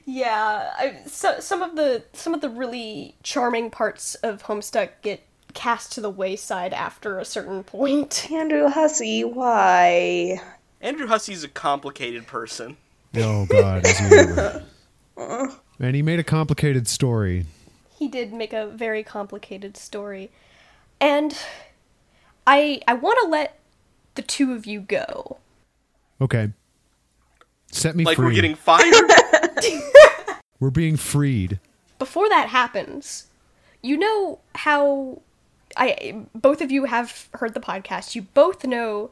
Yeah, I, so, some of the some of the really charming parts of Homestuck get cast to the wayside after a certain point. Andrew Hussey, why? Andrew Hussey's a complicated person. Oh God, is he ever. and he made a complicated story. He did make a very complicated story, and I I want to let the two of you go. Okay, set me Like free. we're getting fired. We're being freed. Before that happens, you know how I both of you have heard the podcast. You both know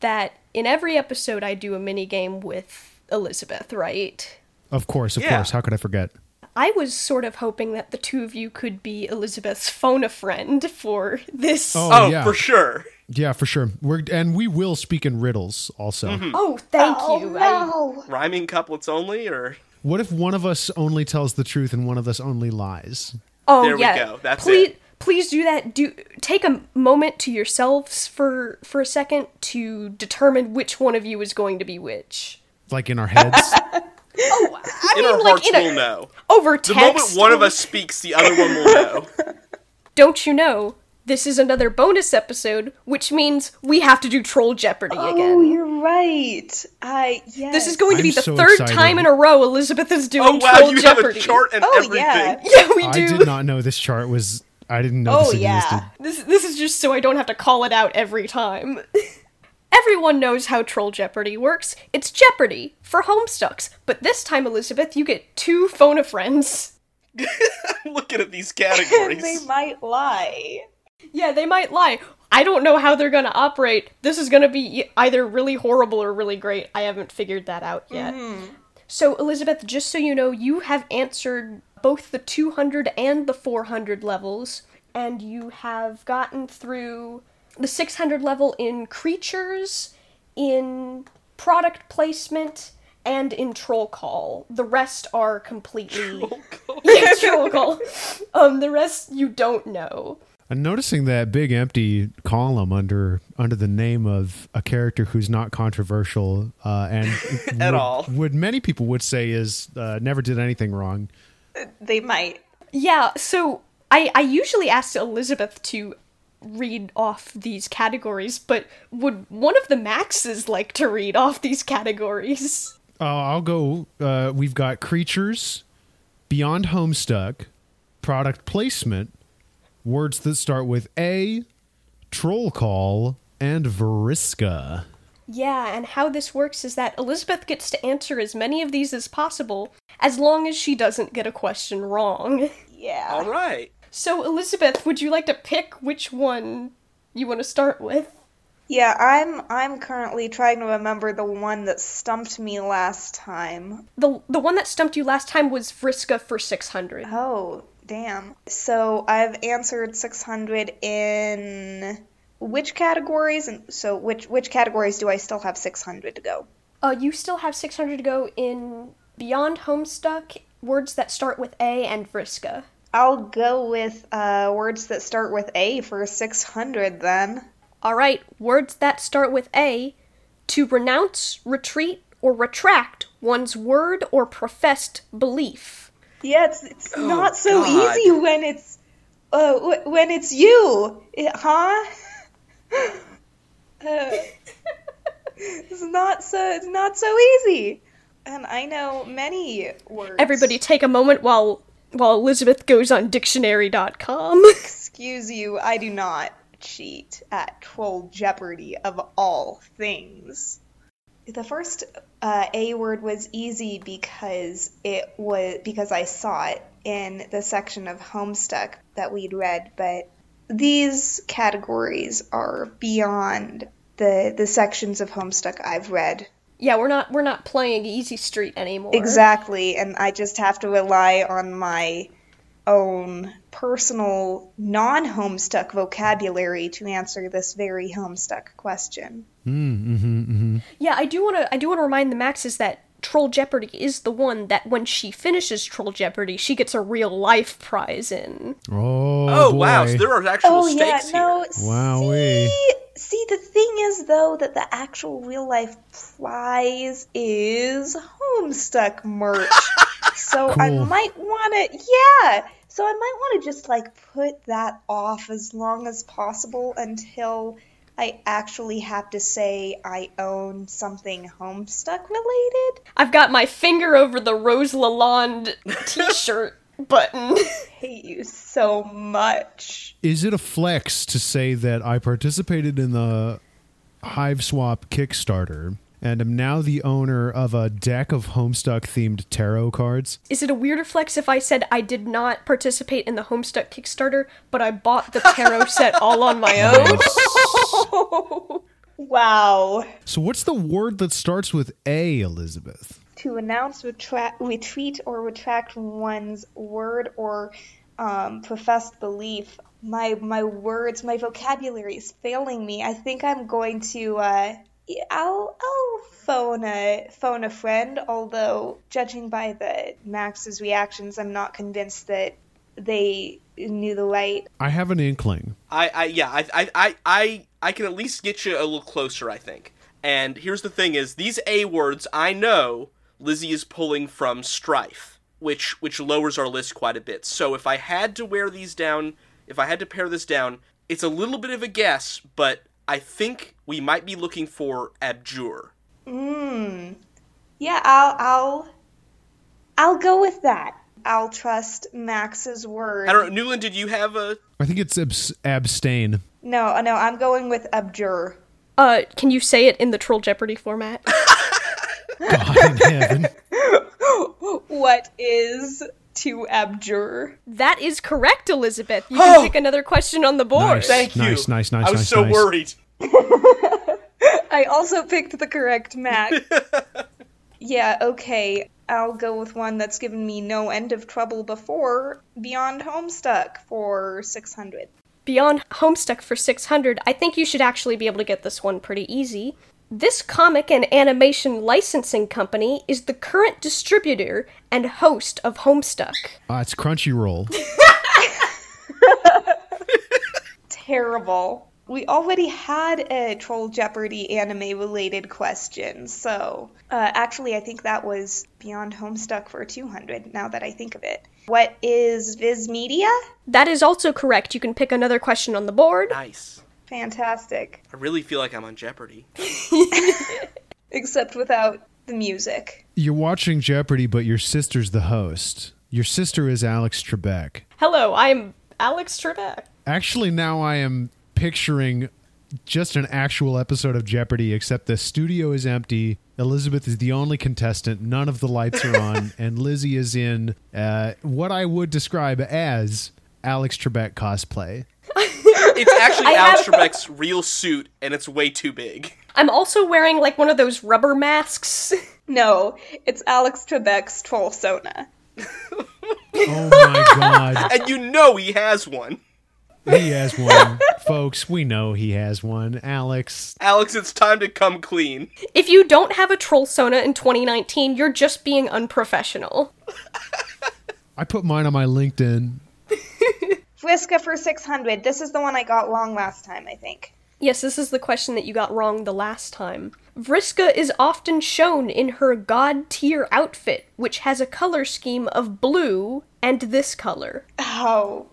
that in every episode I do a mini game with Elizabeth, right? Of course, of Yeah. course. How could I forget? I was sort of hoping that the two of you could be Elizabeth's phone a friend for this. Oh, oh, yeah, for sure. yeah, for sure. We're and we will speak in riddles also. Oh, thank you. I, no. Rhyming couplets only or What if one of us only tells the truth and one of us only lies? oh, There we yeah. go. That's please, it. Please do that. Do take a moment to yourselves for for a second to determine which one of you is going to be which. Like in our heads. I in mean, our like hearts in a, we'll know. over The text. moment one of us speaks, the other one will know. don't you know? This is another bonus episode, which means we have to do Troll Jeopardy Oh, again. you're right. I yes. This is going to I'm be the so third excited. time in a row Elizabeth is doing Oh wow, Troll you have a Jeopardy. chart and Oh, everything. yeah. Yeah, we do. I did not know this chart was. I didn't know Oh this existed. yeah. This this is just so I don't have to call it out every time. Everyone knows how Troll Jeopardy works. It's Jeopardy for Homestucks, but this time, Elizabeth, you get two phone a friends. I'm looking at these they categories. might lie. Yeah, they might lie. I don't know how they're gonna operate. This is gonna be e- either really horrible or really great. I haven't figured that out yet. So, Elizabeth, just so you know, you have answered both the 200 and the 400 levels, and you have gotten through the 600 level in creatures, in product placement, and in troll call. The rest are completely. Troll call. yeah, troll call. Um, the rest you don't know. I'm noticing that big empty column under under the name of a character who's not controversial uh, and At would- all. Would many people would say is uh, never did anything wrong. They might. Yeah, so I, I usually ask Elizabeth to read off these categories, but would one of the Maxes like to read off these categories? Uh, I'll go. Uh, we've got creatures, beyond homestuck, product placement, words that start with A, troll call, and Veriska. Yeah, and how this works is that Elizabeth gets to answer as many of these as possible, as long as she doesn't get a question wrong. Yeah. All right. So, Elizabeth, would you like to pick which one you want to start with? Yeah, I'm I'm currently trying to remember the one that stumped me last time. The, the one that stumped you last time was Vriska for 600. Oh, damn. So I've answered 600 in which categories and so which which categories do I still have 600 to go? Uh, you still have 600 to go in Beyond Homestuck, words that start with A, and Vriska. I'll go with uh, words that start with A for 600 then. All right, words that start with A to renounce, retreat, or retract one's word or professed belief. Yeah, it's, it's not so God. easy when it's uh, w- when it's you, It- huh? uh, it's not so it's not so easy. And I know many words. Everybody take a moment while while Elizabeth goes on dictionary.com. excuse you, I do not cheat at Troll Jeopardy of all things. The first uh, A word was easy because it was because I saw it in the section of Homestuck that we'd read, but these categories are beyond the the sections of Homestuck I've read. yeah, we're not we're not playing easy street anymore. Exactly, and I just have to rely on my own personal non homestuck vocabulary to answer this very homestuck question. Yeah, I do want to. I do want to remind the Maxes that Troll Jeopardy is the one that when she finishes Troll Jeopardy, she gets a real life prize in. Oh, Oh, boy. wow, so there are actual stakes here. Wowee. Oh, See, see, the thing is though that the actual real life prize is homestuck merch. so I Cool. might want to, yeah. So I might want to just like put that off as long as possible until I actually have to say I own something homestuck related. I've got my finger over the Rose Lalonde T-shirt button. hate you so much. Is it a flex to say that I participated in the Hive Swap Kickstarter and am now the owner of a deck of Homestuck themed tarot cards? Is it a weirder flex if I said I did not participate in the Homestuck Kickstarter, but I bought the tarot set all on my own? Wow. so, what's the word that starts with A, Elizabeth? To announce, retra- retreat, or retract one's word or um, professed belief. My my words, my vocabulary is failing me. I think I'm going to. Uh, yeah, I'll I'll phone a phone a friend. Although judging by the Max's reactions, I'm not convinced that they knew the right I have an inkling. I, I yeah, I, I, I, I, I can at least get you a little closer, I think. And here's the thing: is these A words I know Lizzie is pulling from strife, which which lowers our list quite a bit. So if I had to wear these down, if I had to pare this down, it's a little bit of a guess, but I think we might be looking for abjure. Yeah, I'll I'll I'll go with that. I'll trust Max's word. I don't. know, Newland, did you have a? I think it's abs- abstain. No, no, I'm going with abjure. Uh, can you say it in the Troll Jeopardy format? God in heaven. What is to abjure? That is correct, Elizabeth. You can Oh! pick another question on the board. Nice. Thank you. Nice, nice, nice, I was nice, so nice. worried. I also picked the correct Max. yeah, okay. I'll go with one that's given me no end of trouble before, Beyond Homestuck for 600. Beyond Homestuck for 600, I think you should actually be able to get this one pretty easy. This comic and animation licensing company is the current distributor and host of Homestuck. Uh, it's Crunchyroll. Terrible. We already had a Troll Jeopardy anime related question, so uh, actually, I think that was Beyond Homestuck for 200, now that I think of it. What is Viz Media? That is also correct. You can pick another question on the board. Nice. Fantastic. I really feel like I'm on Jeopardy. Except without the music. you're watching Jeopardy, but your sister's the host. Your sister is Alex Trebek. Hello, I'm Alex Trebek. Actually, now I am picturing just an actual episode of Jeopardy, except the studio is empty. Elizabeth is the only contestant. None of the lights are on, and Lizzie is in uh, what I would describe as Alex Trebek cosplay. It's actually I Alex have- Trebek's real suit, and it's way too big. I'm also wearing like one of those rubber masks. No, it's Alex Trebek's Troll Sona. Oh my God, And you know he has one. he has one, folks. We know he has one. Alex, Alex, it's time to come clean. if you don't have a troll sona in 2019, you're just being unprofessional. I put mine on my LinkedIn. Fliska for 600. This is the one I got wrong last time, I think. Yes, this is the question that you got wrong the last time. Vriska is often shown in her god tier outfit, which has a color scheme of blue and this color. Oh,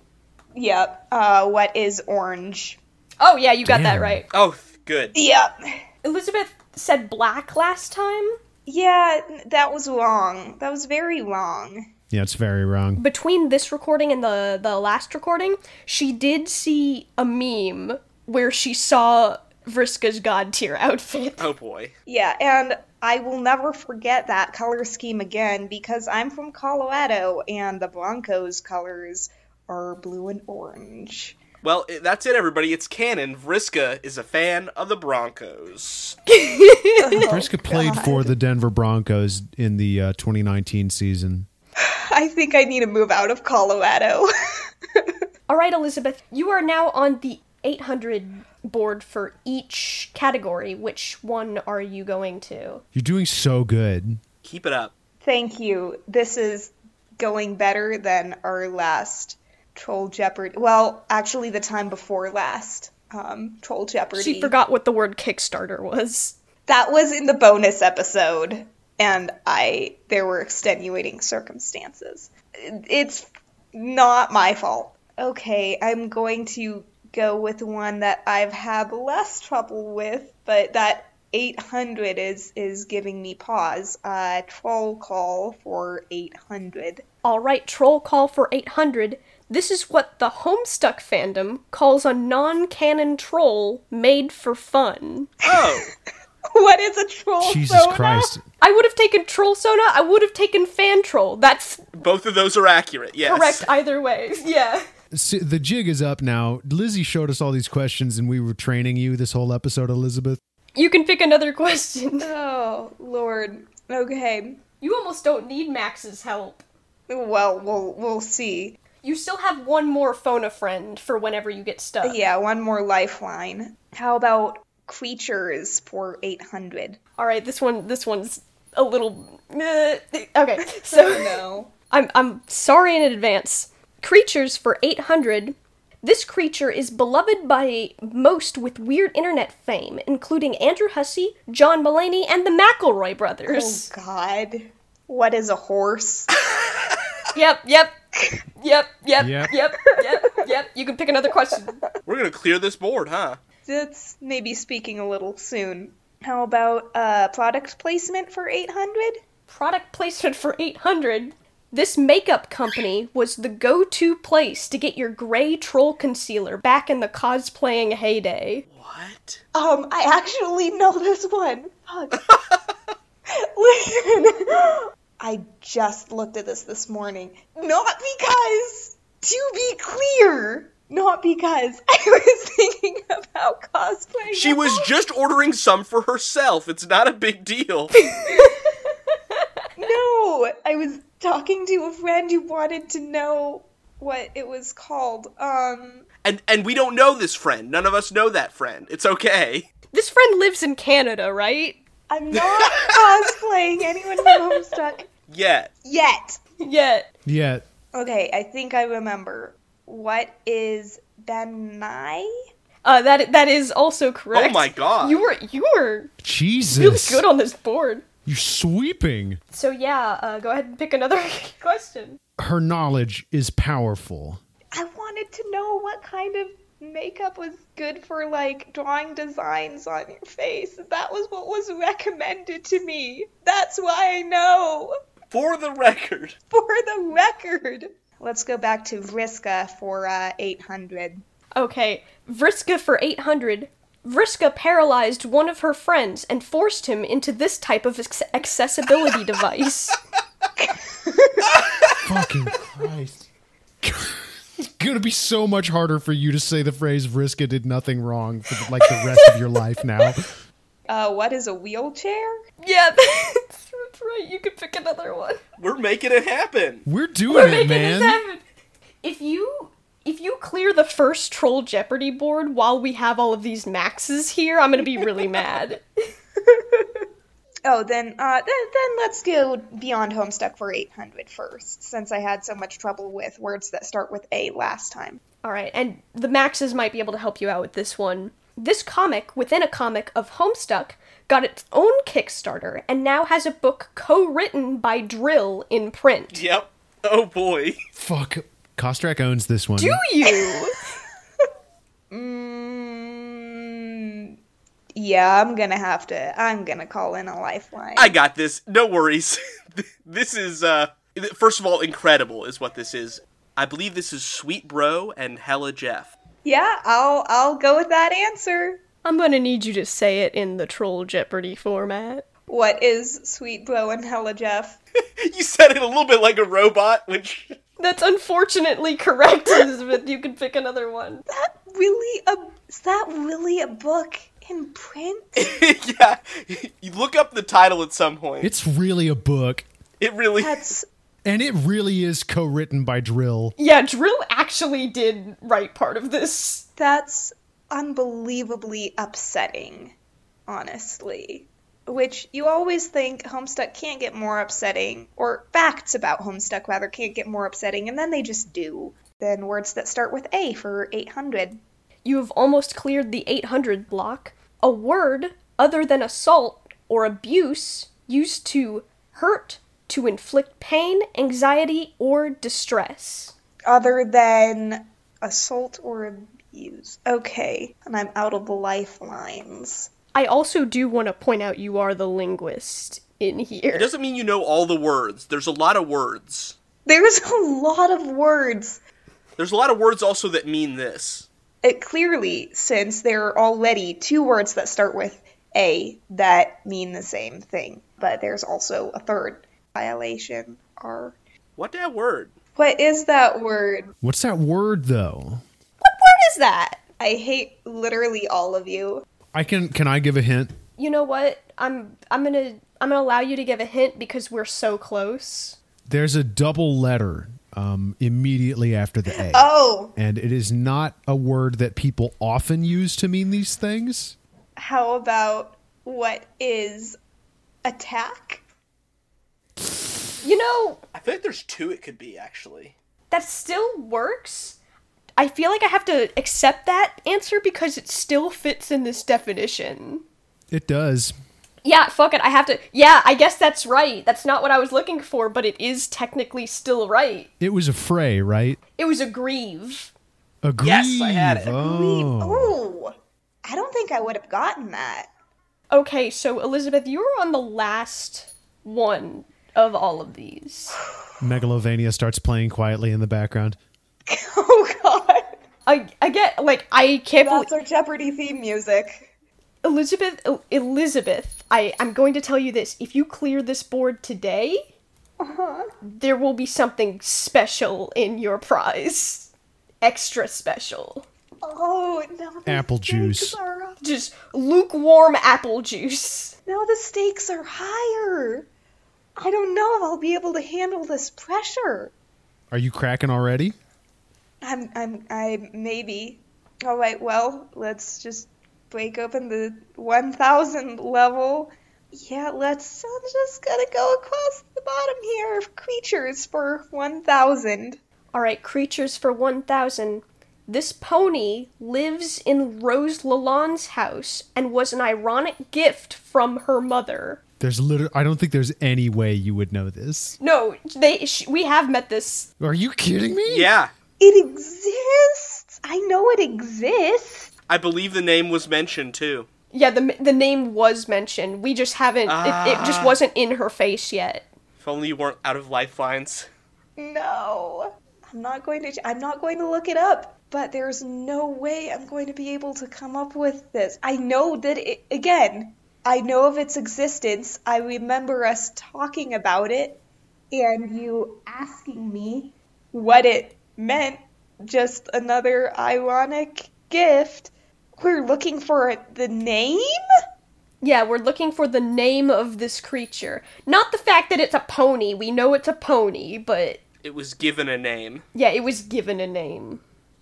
yep. Uh, what is orange? Oh, yeah, you got that Damn. right. Oh, th- good. Yep. Elizabeth said black last time. Yeah, that was wrong. That was very wrong. Yeah, it's very wrong. Between this recording and the, the last recording, she did see a meme where she saw Vriska's god tier outfit. Oh boy. Yeah, and I will never forget that color scheme again because I'm from Colorado and the Broncos colors are blue and orange. Well, i- that's it, everybody. It's canon. Vriska is a fan of the Broncos. Oh, Briska played for the Denver Broncos in the uh, 2019 season. I think I need to move out of Colorado. All right, Elizabeth, you are now on the 800 board for each category. Which one are you going to? You're doing so good. Keep it up. Thank you. This is going better than our last Troll Jeopardy. Well, actually, the time before last um, Troll Jeopardy. She forgot what the word Kickstarter was. That was in the bonus episode, and I there were extenuating circumstances. It's not my fault. Okay, I'm going to go with one that I've had less trouble with, but that 800 is is giving me pause. Uh, troll call for 800. All right, Troll Call for 800. This is what the Homestuck fandom calls a non canon troll made for fun. Oh, What is a troll? Jesus soda? Christ. I would have taken Troll Soda, I would have taken Fan Troll. That's both of those are accurate. Yes. correct either way. Yeah. See, the jig is up now. Lizzie showed us all these questions, and we were training you this whole episode, Elizabeth. You can pick another question. Oh Lord. Okay. You almost don't need Max's help. Well, we'll we'll see. You still have one more phone a friend for whenever you get stuck. Yeah, one more lifeline. How about creatures for 800? All right, this one this one's a little eh, okay. So No. I'm I'm sorry in advance. Creatures for 800. This creature is beloved by most with weird internet fame, including Andrew Hussey, John Mullaney, and the McElroy Oh, brothers. God. What is a horse? Yep, yep. Yep, yep, Yep. yep, yep, yep. You can pick another question. We're gonna clear this board, huh? That's maybe speaking a little soon. How about uh, product placement for 800? product placement for 800 this makeup company was the go-to place to get your gray troll concealer back in the cosplaying heyday What? Um, I actually know this one. Fuck. Listen, I just looked at this this morning. Not because, to be clear, not because I was thinking about cosplay. She was just ordering some for herself. It's not a big deal. No, I was talking to a friend who wanted to know what it was called. Um, And and we don't know this friend. None of us know that friend. It's okay. this friend lives in canada right I'm not cosplaying anyone from Homestuck Yet. yet. yeah Yeah, Okay, I think I remember. What is Benai? uh, that that is also correct Oh my god. you were you were really Jesus. good on this board You're sweeping. so yeah uh, go ahead and pick another question Her knowledge is powerful. I wanted to know what kind of makeup was good for like drawing designs on your face. That was what was recommended to me. That's why I know. For the record. for the record. Let's go back to Vriska for uh, 800. Okay, Vriska for 800. Vriska paralyzed one of her friends and forced him into this type of acc- accessibility device. Fucking Christ. it's gonna be so much harder for you to say the phrase Vriska did nothing wrong for like the rest of your life now. Uh, what is a wheelchair? Yeah, that's, that's right. You could pick another one. We're making it happen. We're doing We're it, making this man. happen. If you if you clear the first troll Jeopardy board while we have all of these maxes here, I'm gonna be really mad. Oh, then uh, th- then let's go beyond Homestuck for 800 first, since I had so much trouble with words that start with A last time. All right, and the Maxes might be able to help you out with this one. This comic, within a comic of Homestuck, got its own Kickstarter and now has a book co written by Drill in print. Yep. Oh boy. Fuck. Kostrak owns this one. Do you? Mm, yeah, I'm gonna have to. I'm gonna call in a lifeline. I got this. No worries. this is uh first of all incredible is what this is. I believe this is Sweet Bro and Hella Jeff. yeah, I'll I'll go with that answer. I'm gonna need you to say it in the Troll Jeopardy format. What is Sweet Bro and Hella Jeff? You said it a little bit like a robot, which That's unfortunately correct, Elizabeth. You can pick another one. That really a is that really a book in print? yeah, you look up the title at some point. It's really a book. it really That's And it really is co written by Drill. Yeah, Drill actually did write part of this. that's unbelievably upsetting, honestly. Which you always think Homestuck can't get more upsetting, or facts about Homestuck rather can't get more upsetting, and then they just do. Then words that start with A for 800. You have almost cleared the 800 block. A word other than assault or abuse used to hurt, to inflict pain, anxiety, or distress. Other than assault or abuse. Okay, and I'm out of lifelines. I also do want to point out you are the linguist in it here. doesn't mean you know all the words. There's a lot of words. There's a lot of words. There's a lot of words also that mean this. It clearly, since there are already two words that start with A that mean the same thing, but there's also a third violation R. What that word? What is that word? What's that word though? What is that? I hate literally all of you. I can can I give a hint? You know what? I'm I'm going to I'm going to allow you to give a hint because we're so close. There's a double letter um, immediately after the A. Oh, And it is not a word that people often use to mean these things. how about what is attack? You know, I feel like there's two it could be actually. that still works. I feel like I have to accept that answer because it still fits in this definition. It does. Yeah, fuck it. I have to. Yeah, I guess that's right. That's not what I was looking for, but it is technically still right. It was a fray, right? It was a grieve. Agreed. Yes, I had it. Oh. Oh, I don't think I would have gotten that. Okay, so Elizabeth, you were on the last one of all of these. Megalovania starts playing quietly in the background. Oh god. I, I get like I can't believe That's our Jeopardy theme music. Elizabeth. El- Elizabeth, I I'm going to tell you this. If you clear this board today, there will be something special in your prize. Extra special. Oh, no. the Apple stakes juice. Are up. Just lukewarm apple juice. Now the stakes are higher. I don't know if I'll be able to handle this pressure. Are you cracking already? I'm, I'm, I maybe. All right, well, let's just break open the 1000 level. Yeah, let's. I'm just gonna go across the bottom here of creatures for 1000. All right, creatures for 1000. This pony lives in Rose Lalonde's house and was an ironic gift from her mother. There's literally I don't think there's any way you would know this. No, they sh- we have met this. Are you kidding me? Yeah. It exists! I know it exists! I believe the name was mentioned too. Yeah, the the name was mentioned. We just haven't it, it just wasn't in her face yet. If only you weren't out of lifelines. No. I'm not going to I'm not going to look it up, but there's no way I'm going to be able to come up with this. I know that it again, I know of its existence. I remember us talking about it and you asking me what it meant. Just another ironic gift. We're looking for it- the name? Yeah, we're looking for the name of this creature. Not the fact that it's a pony. We know it's a pony, but It was given a name. yeah, it was given a name.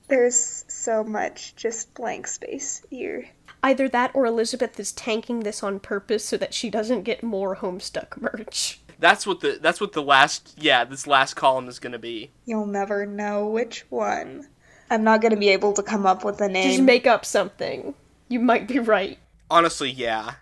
There's so much just blank space here. Either that or Elizabeth is tanking this on purpose so that she doesn't get more Homestuck merch. That's what the that's what the last yeah, this last column is going to be. You'll never know which one. I'm not going to be able to come up with a name. Just make up something. You might be right. Honestly, yeah.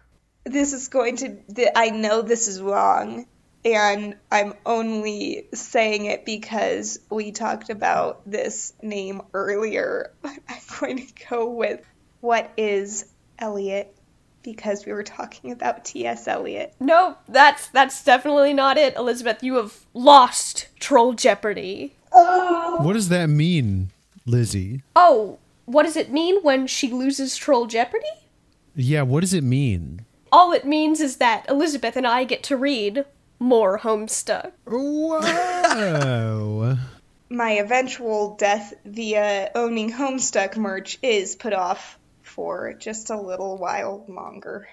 this is going to th- i know this is wrong and i'm only saying it because we talked about this name earlier but i'm going to go with what is elliot because we were talking about ts eliot No, that's that's definitely not it, Elizabeth. You have lost Troll Jeopardy. What does that mean, Lizzie? Oh, what does it mean when she loses Troll Jeopardy? Yeah, what does it mean? All it means is that Elizabeth and I get to read more Homestuck. Whoa. my eventual death via owning homestuck merch is put off for just a little while longer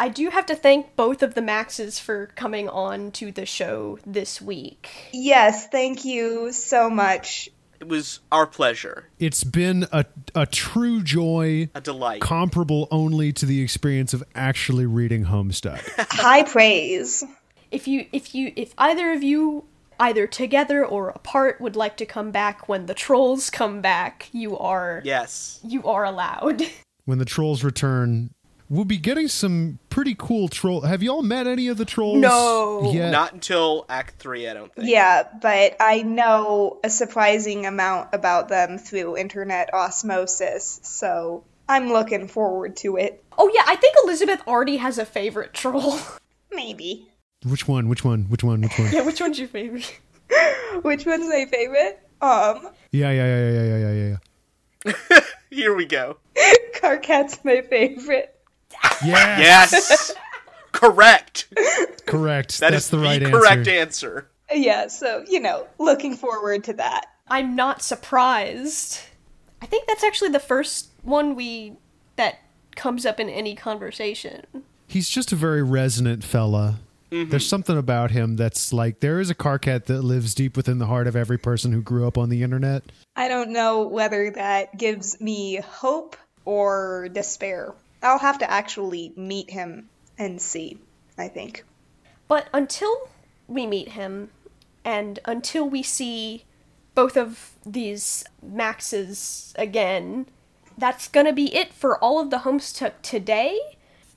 I do have to thank both of the Maxes for coming on to the show this week. yes thank you so much It was our pleasure, it's been a, a true joy, a delight. comparable only to the experience of actually reading Homestuck. high praise If you if you if either of you either together or apart would like to come back when the trolls come back, you are yes. you are allowed. when the trolls return, we'll be getting some pretty cool troll. Have y'all met any of the trolls? No. yet? Not until Act 3, I don't think. Yeah, but I know a surprising amount about them through internet osmosis, so I'm looking forward to it. Oh yeah, I think Elizabeth already has a favorite troll. Maybe. Which one? Which one? Which one? Which one? yeah, which one's your favorite? Which one's my favorite? Um, yeah, yeah, yeah, yeah, yeah, yeah, yeah, yeah. Here we go. Carcat's my favorite. Yeah, Yes! correct! correct. That That's is the right correct answer. answer. Yeah, so, you know, looking forward to that. I'm not surprised. I think that's actually the first one we that comes up in any conversation. He's just a very resonant fella. There's something about him that's like there is a car cat that lives deep within the heart of every person who grew up on the internet. I don't know whether that gives me hope or despair. I'll have to actually meet him and see, I think. But until we meet him and until we see both of these Maxes again, that's gonna be it for all of the Homestuck today.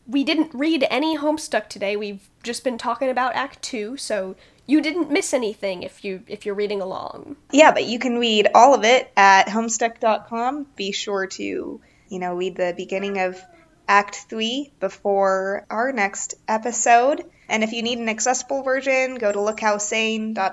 We didn't read any Homestuck today. We've just been talking about Act 2, so you didn't miss anything if you if you're reading along. Yeah, but you can read all of it at homestuck.com. Be sure to, you know, read the beginning of Act 3 before our next episode. And if you need an accessible version, go to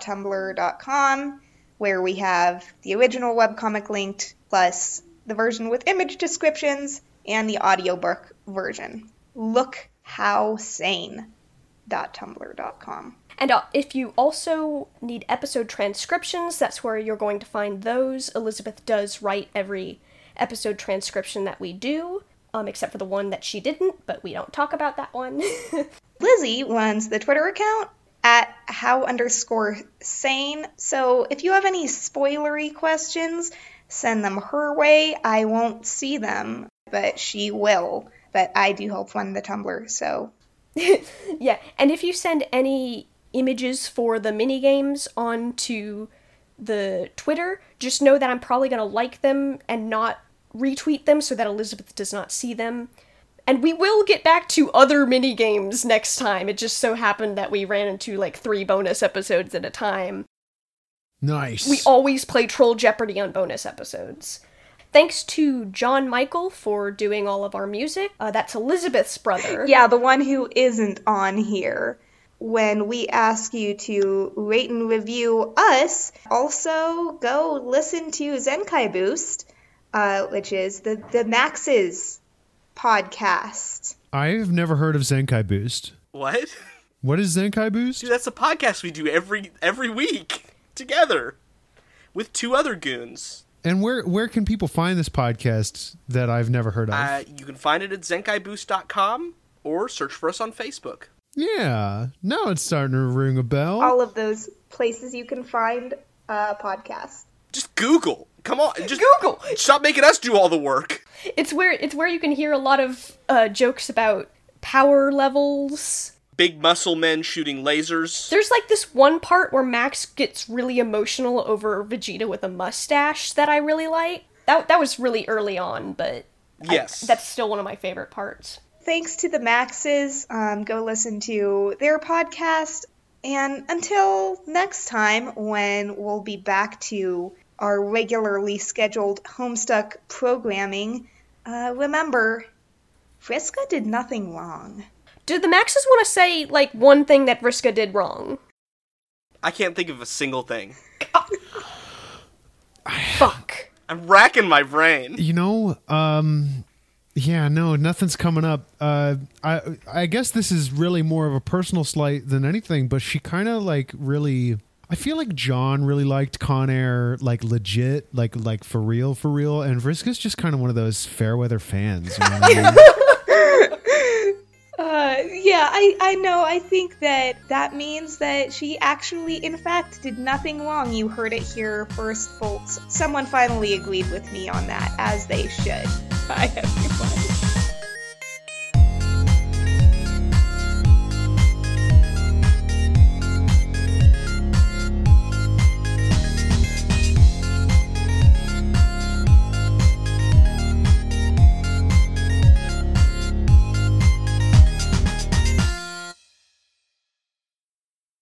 lookhowsane.tumblr.com where we have the original webcomic linked plus the version with image descriptions and the audiobook version. lookhowsane.tumblr.com. And uh, if you also need episode transcriptions, that's where you're going to find those. Elizabeth does write every episode transcription that we do, um, except for the one that she didn't, but we don't talk about that one. Lizzie runs the Twitter account at how underscore sane. So if you have any spoilery questions, send them her way. I won't see them, but she will. But I do help run the Tumblr, so yeah, and if you send any images for the minigames onto the Twitter, just know that I'm probably going to like them and not retweet them so that Elizabeth does not see them. And we will get back to other minigames next time. It just so happened that we ran into like three bonus episodes at a time. Nice. We always play Troll Jeopardy on bonus episodes. Thanks to John Michael for doing all of our music. Uh, that's Elizabeth's brother. Yeah, the one who isn't on here. When we ask you to rate and review us, also go listen to Zenkai Boost, uh, which is the, the Max's podcast. I've never heard of Zenkai Boost. What? What is Zenkai Boost? Dude, that's a podcast we do every every week together with two other goons. And where where can people find this podcast that I've never heard of? Uh, you can find it at zenkaiboost.com or search for us on Facebook. yeah, now it's starting to ring a bell. All of those places you can find a podcast. Just Google. Come on, just Google. Stop making us do all the work. It's where it's where you can hear a lot of uh, jokes about power levels, big muscle men shooting lasers. There's like this one part where Max gets really emotional over Vegeta with a mustache that I really like. That that was really early on, but I- Yes. that's still one of my favorite parts. Thanks to the Maxes. Um, go listen to their podcast. And until next time, when we'll be back to our regularly scheduled Homestuck programming, uh, remember, Friska did nothing wrong. Do the Maxes want to say like one thing that Vriska did wrong? I can't think of a single thing. Fuck. I'm racking my brain. You know, um, yeah, no, nothing's coming up. Uh, I I guess this is really more of a personal slight than anything, but she kind of like really. I feel like John really liked Con Air, like legit, like like for real, for real. And Vriska's just kind of one of those fair weather fans. You know what I mean? Uh, yeah, I, I know. I think that that means that she actually, in fact, did nothing wrong. You heard it here first, folks. Someone finally agreed with me on that, as they should. Bye, everyone.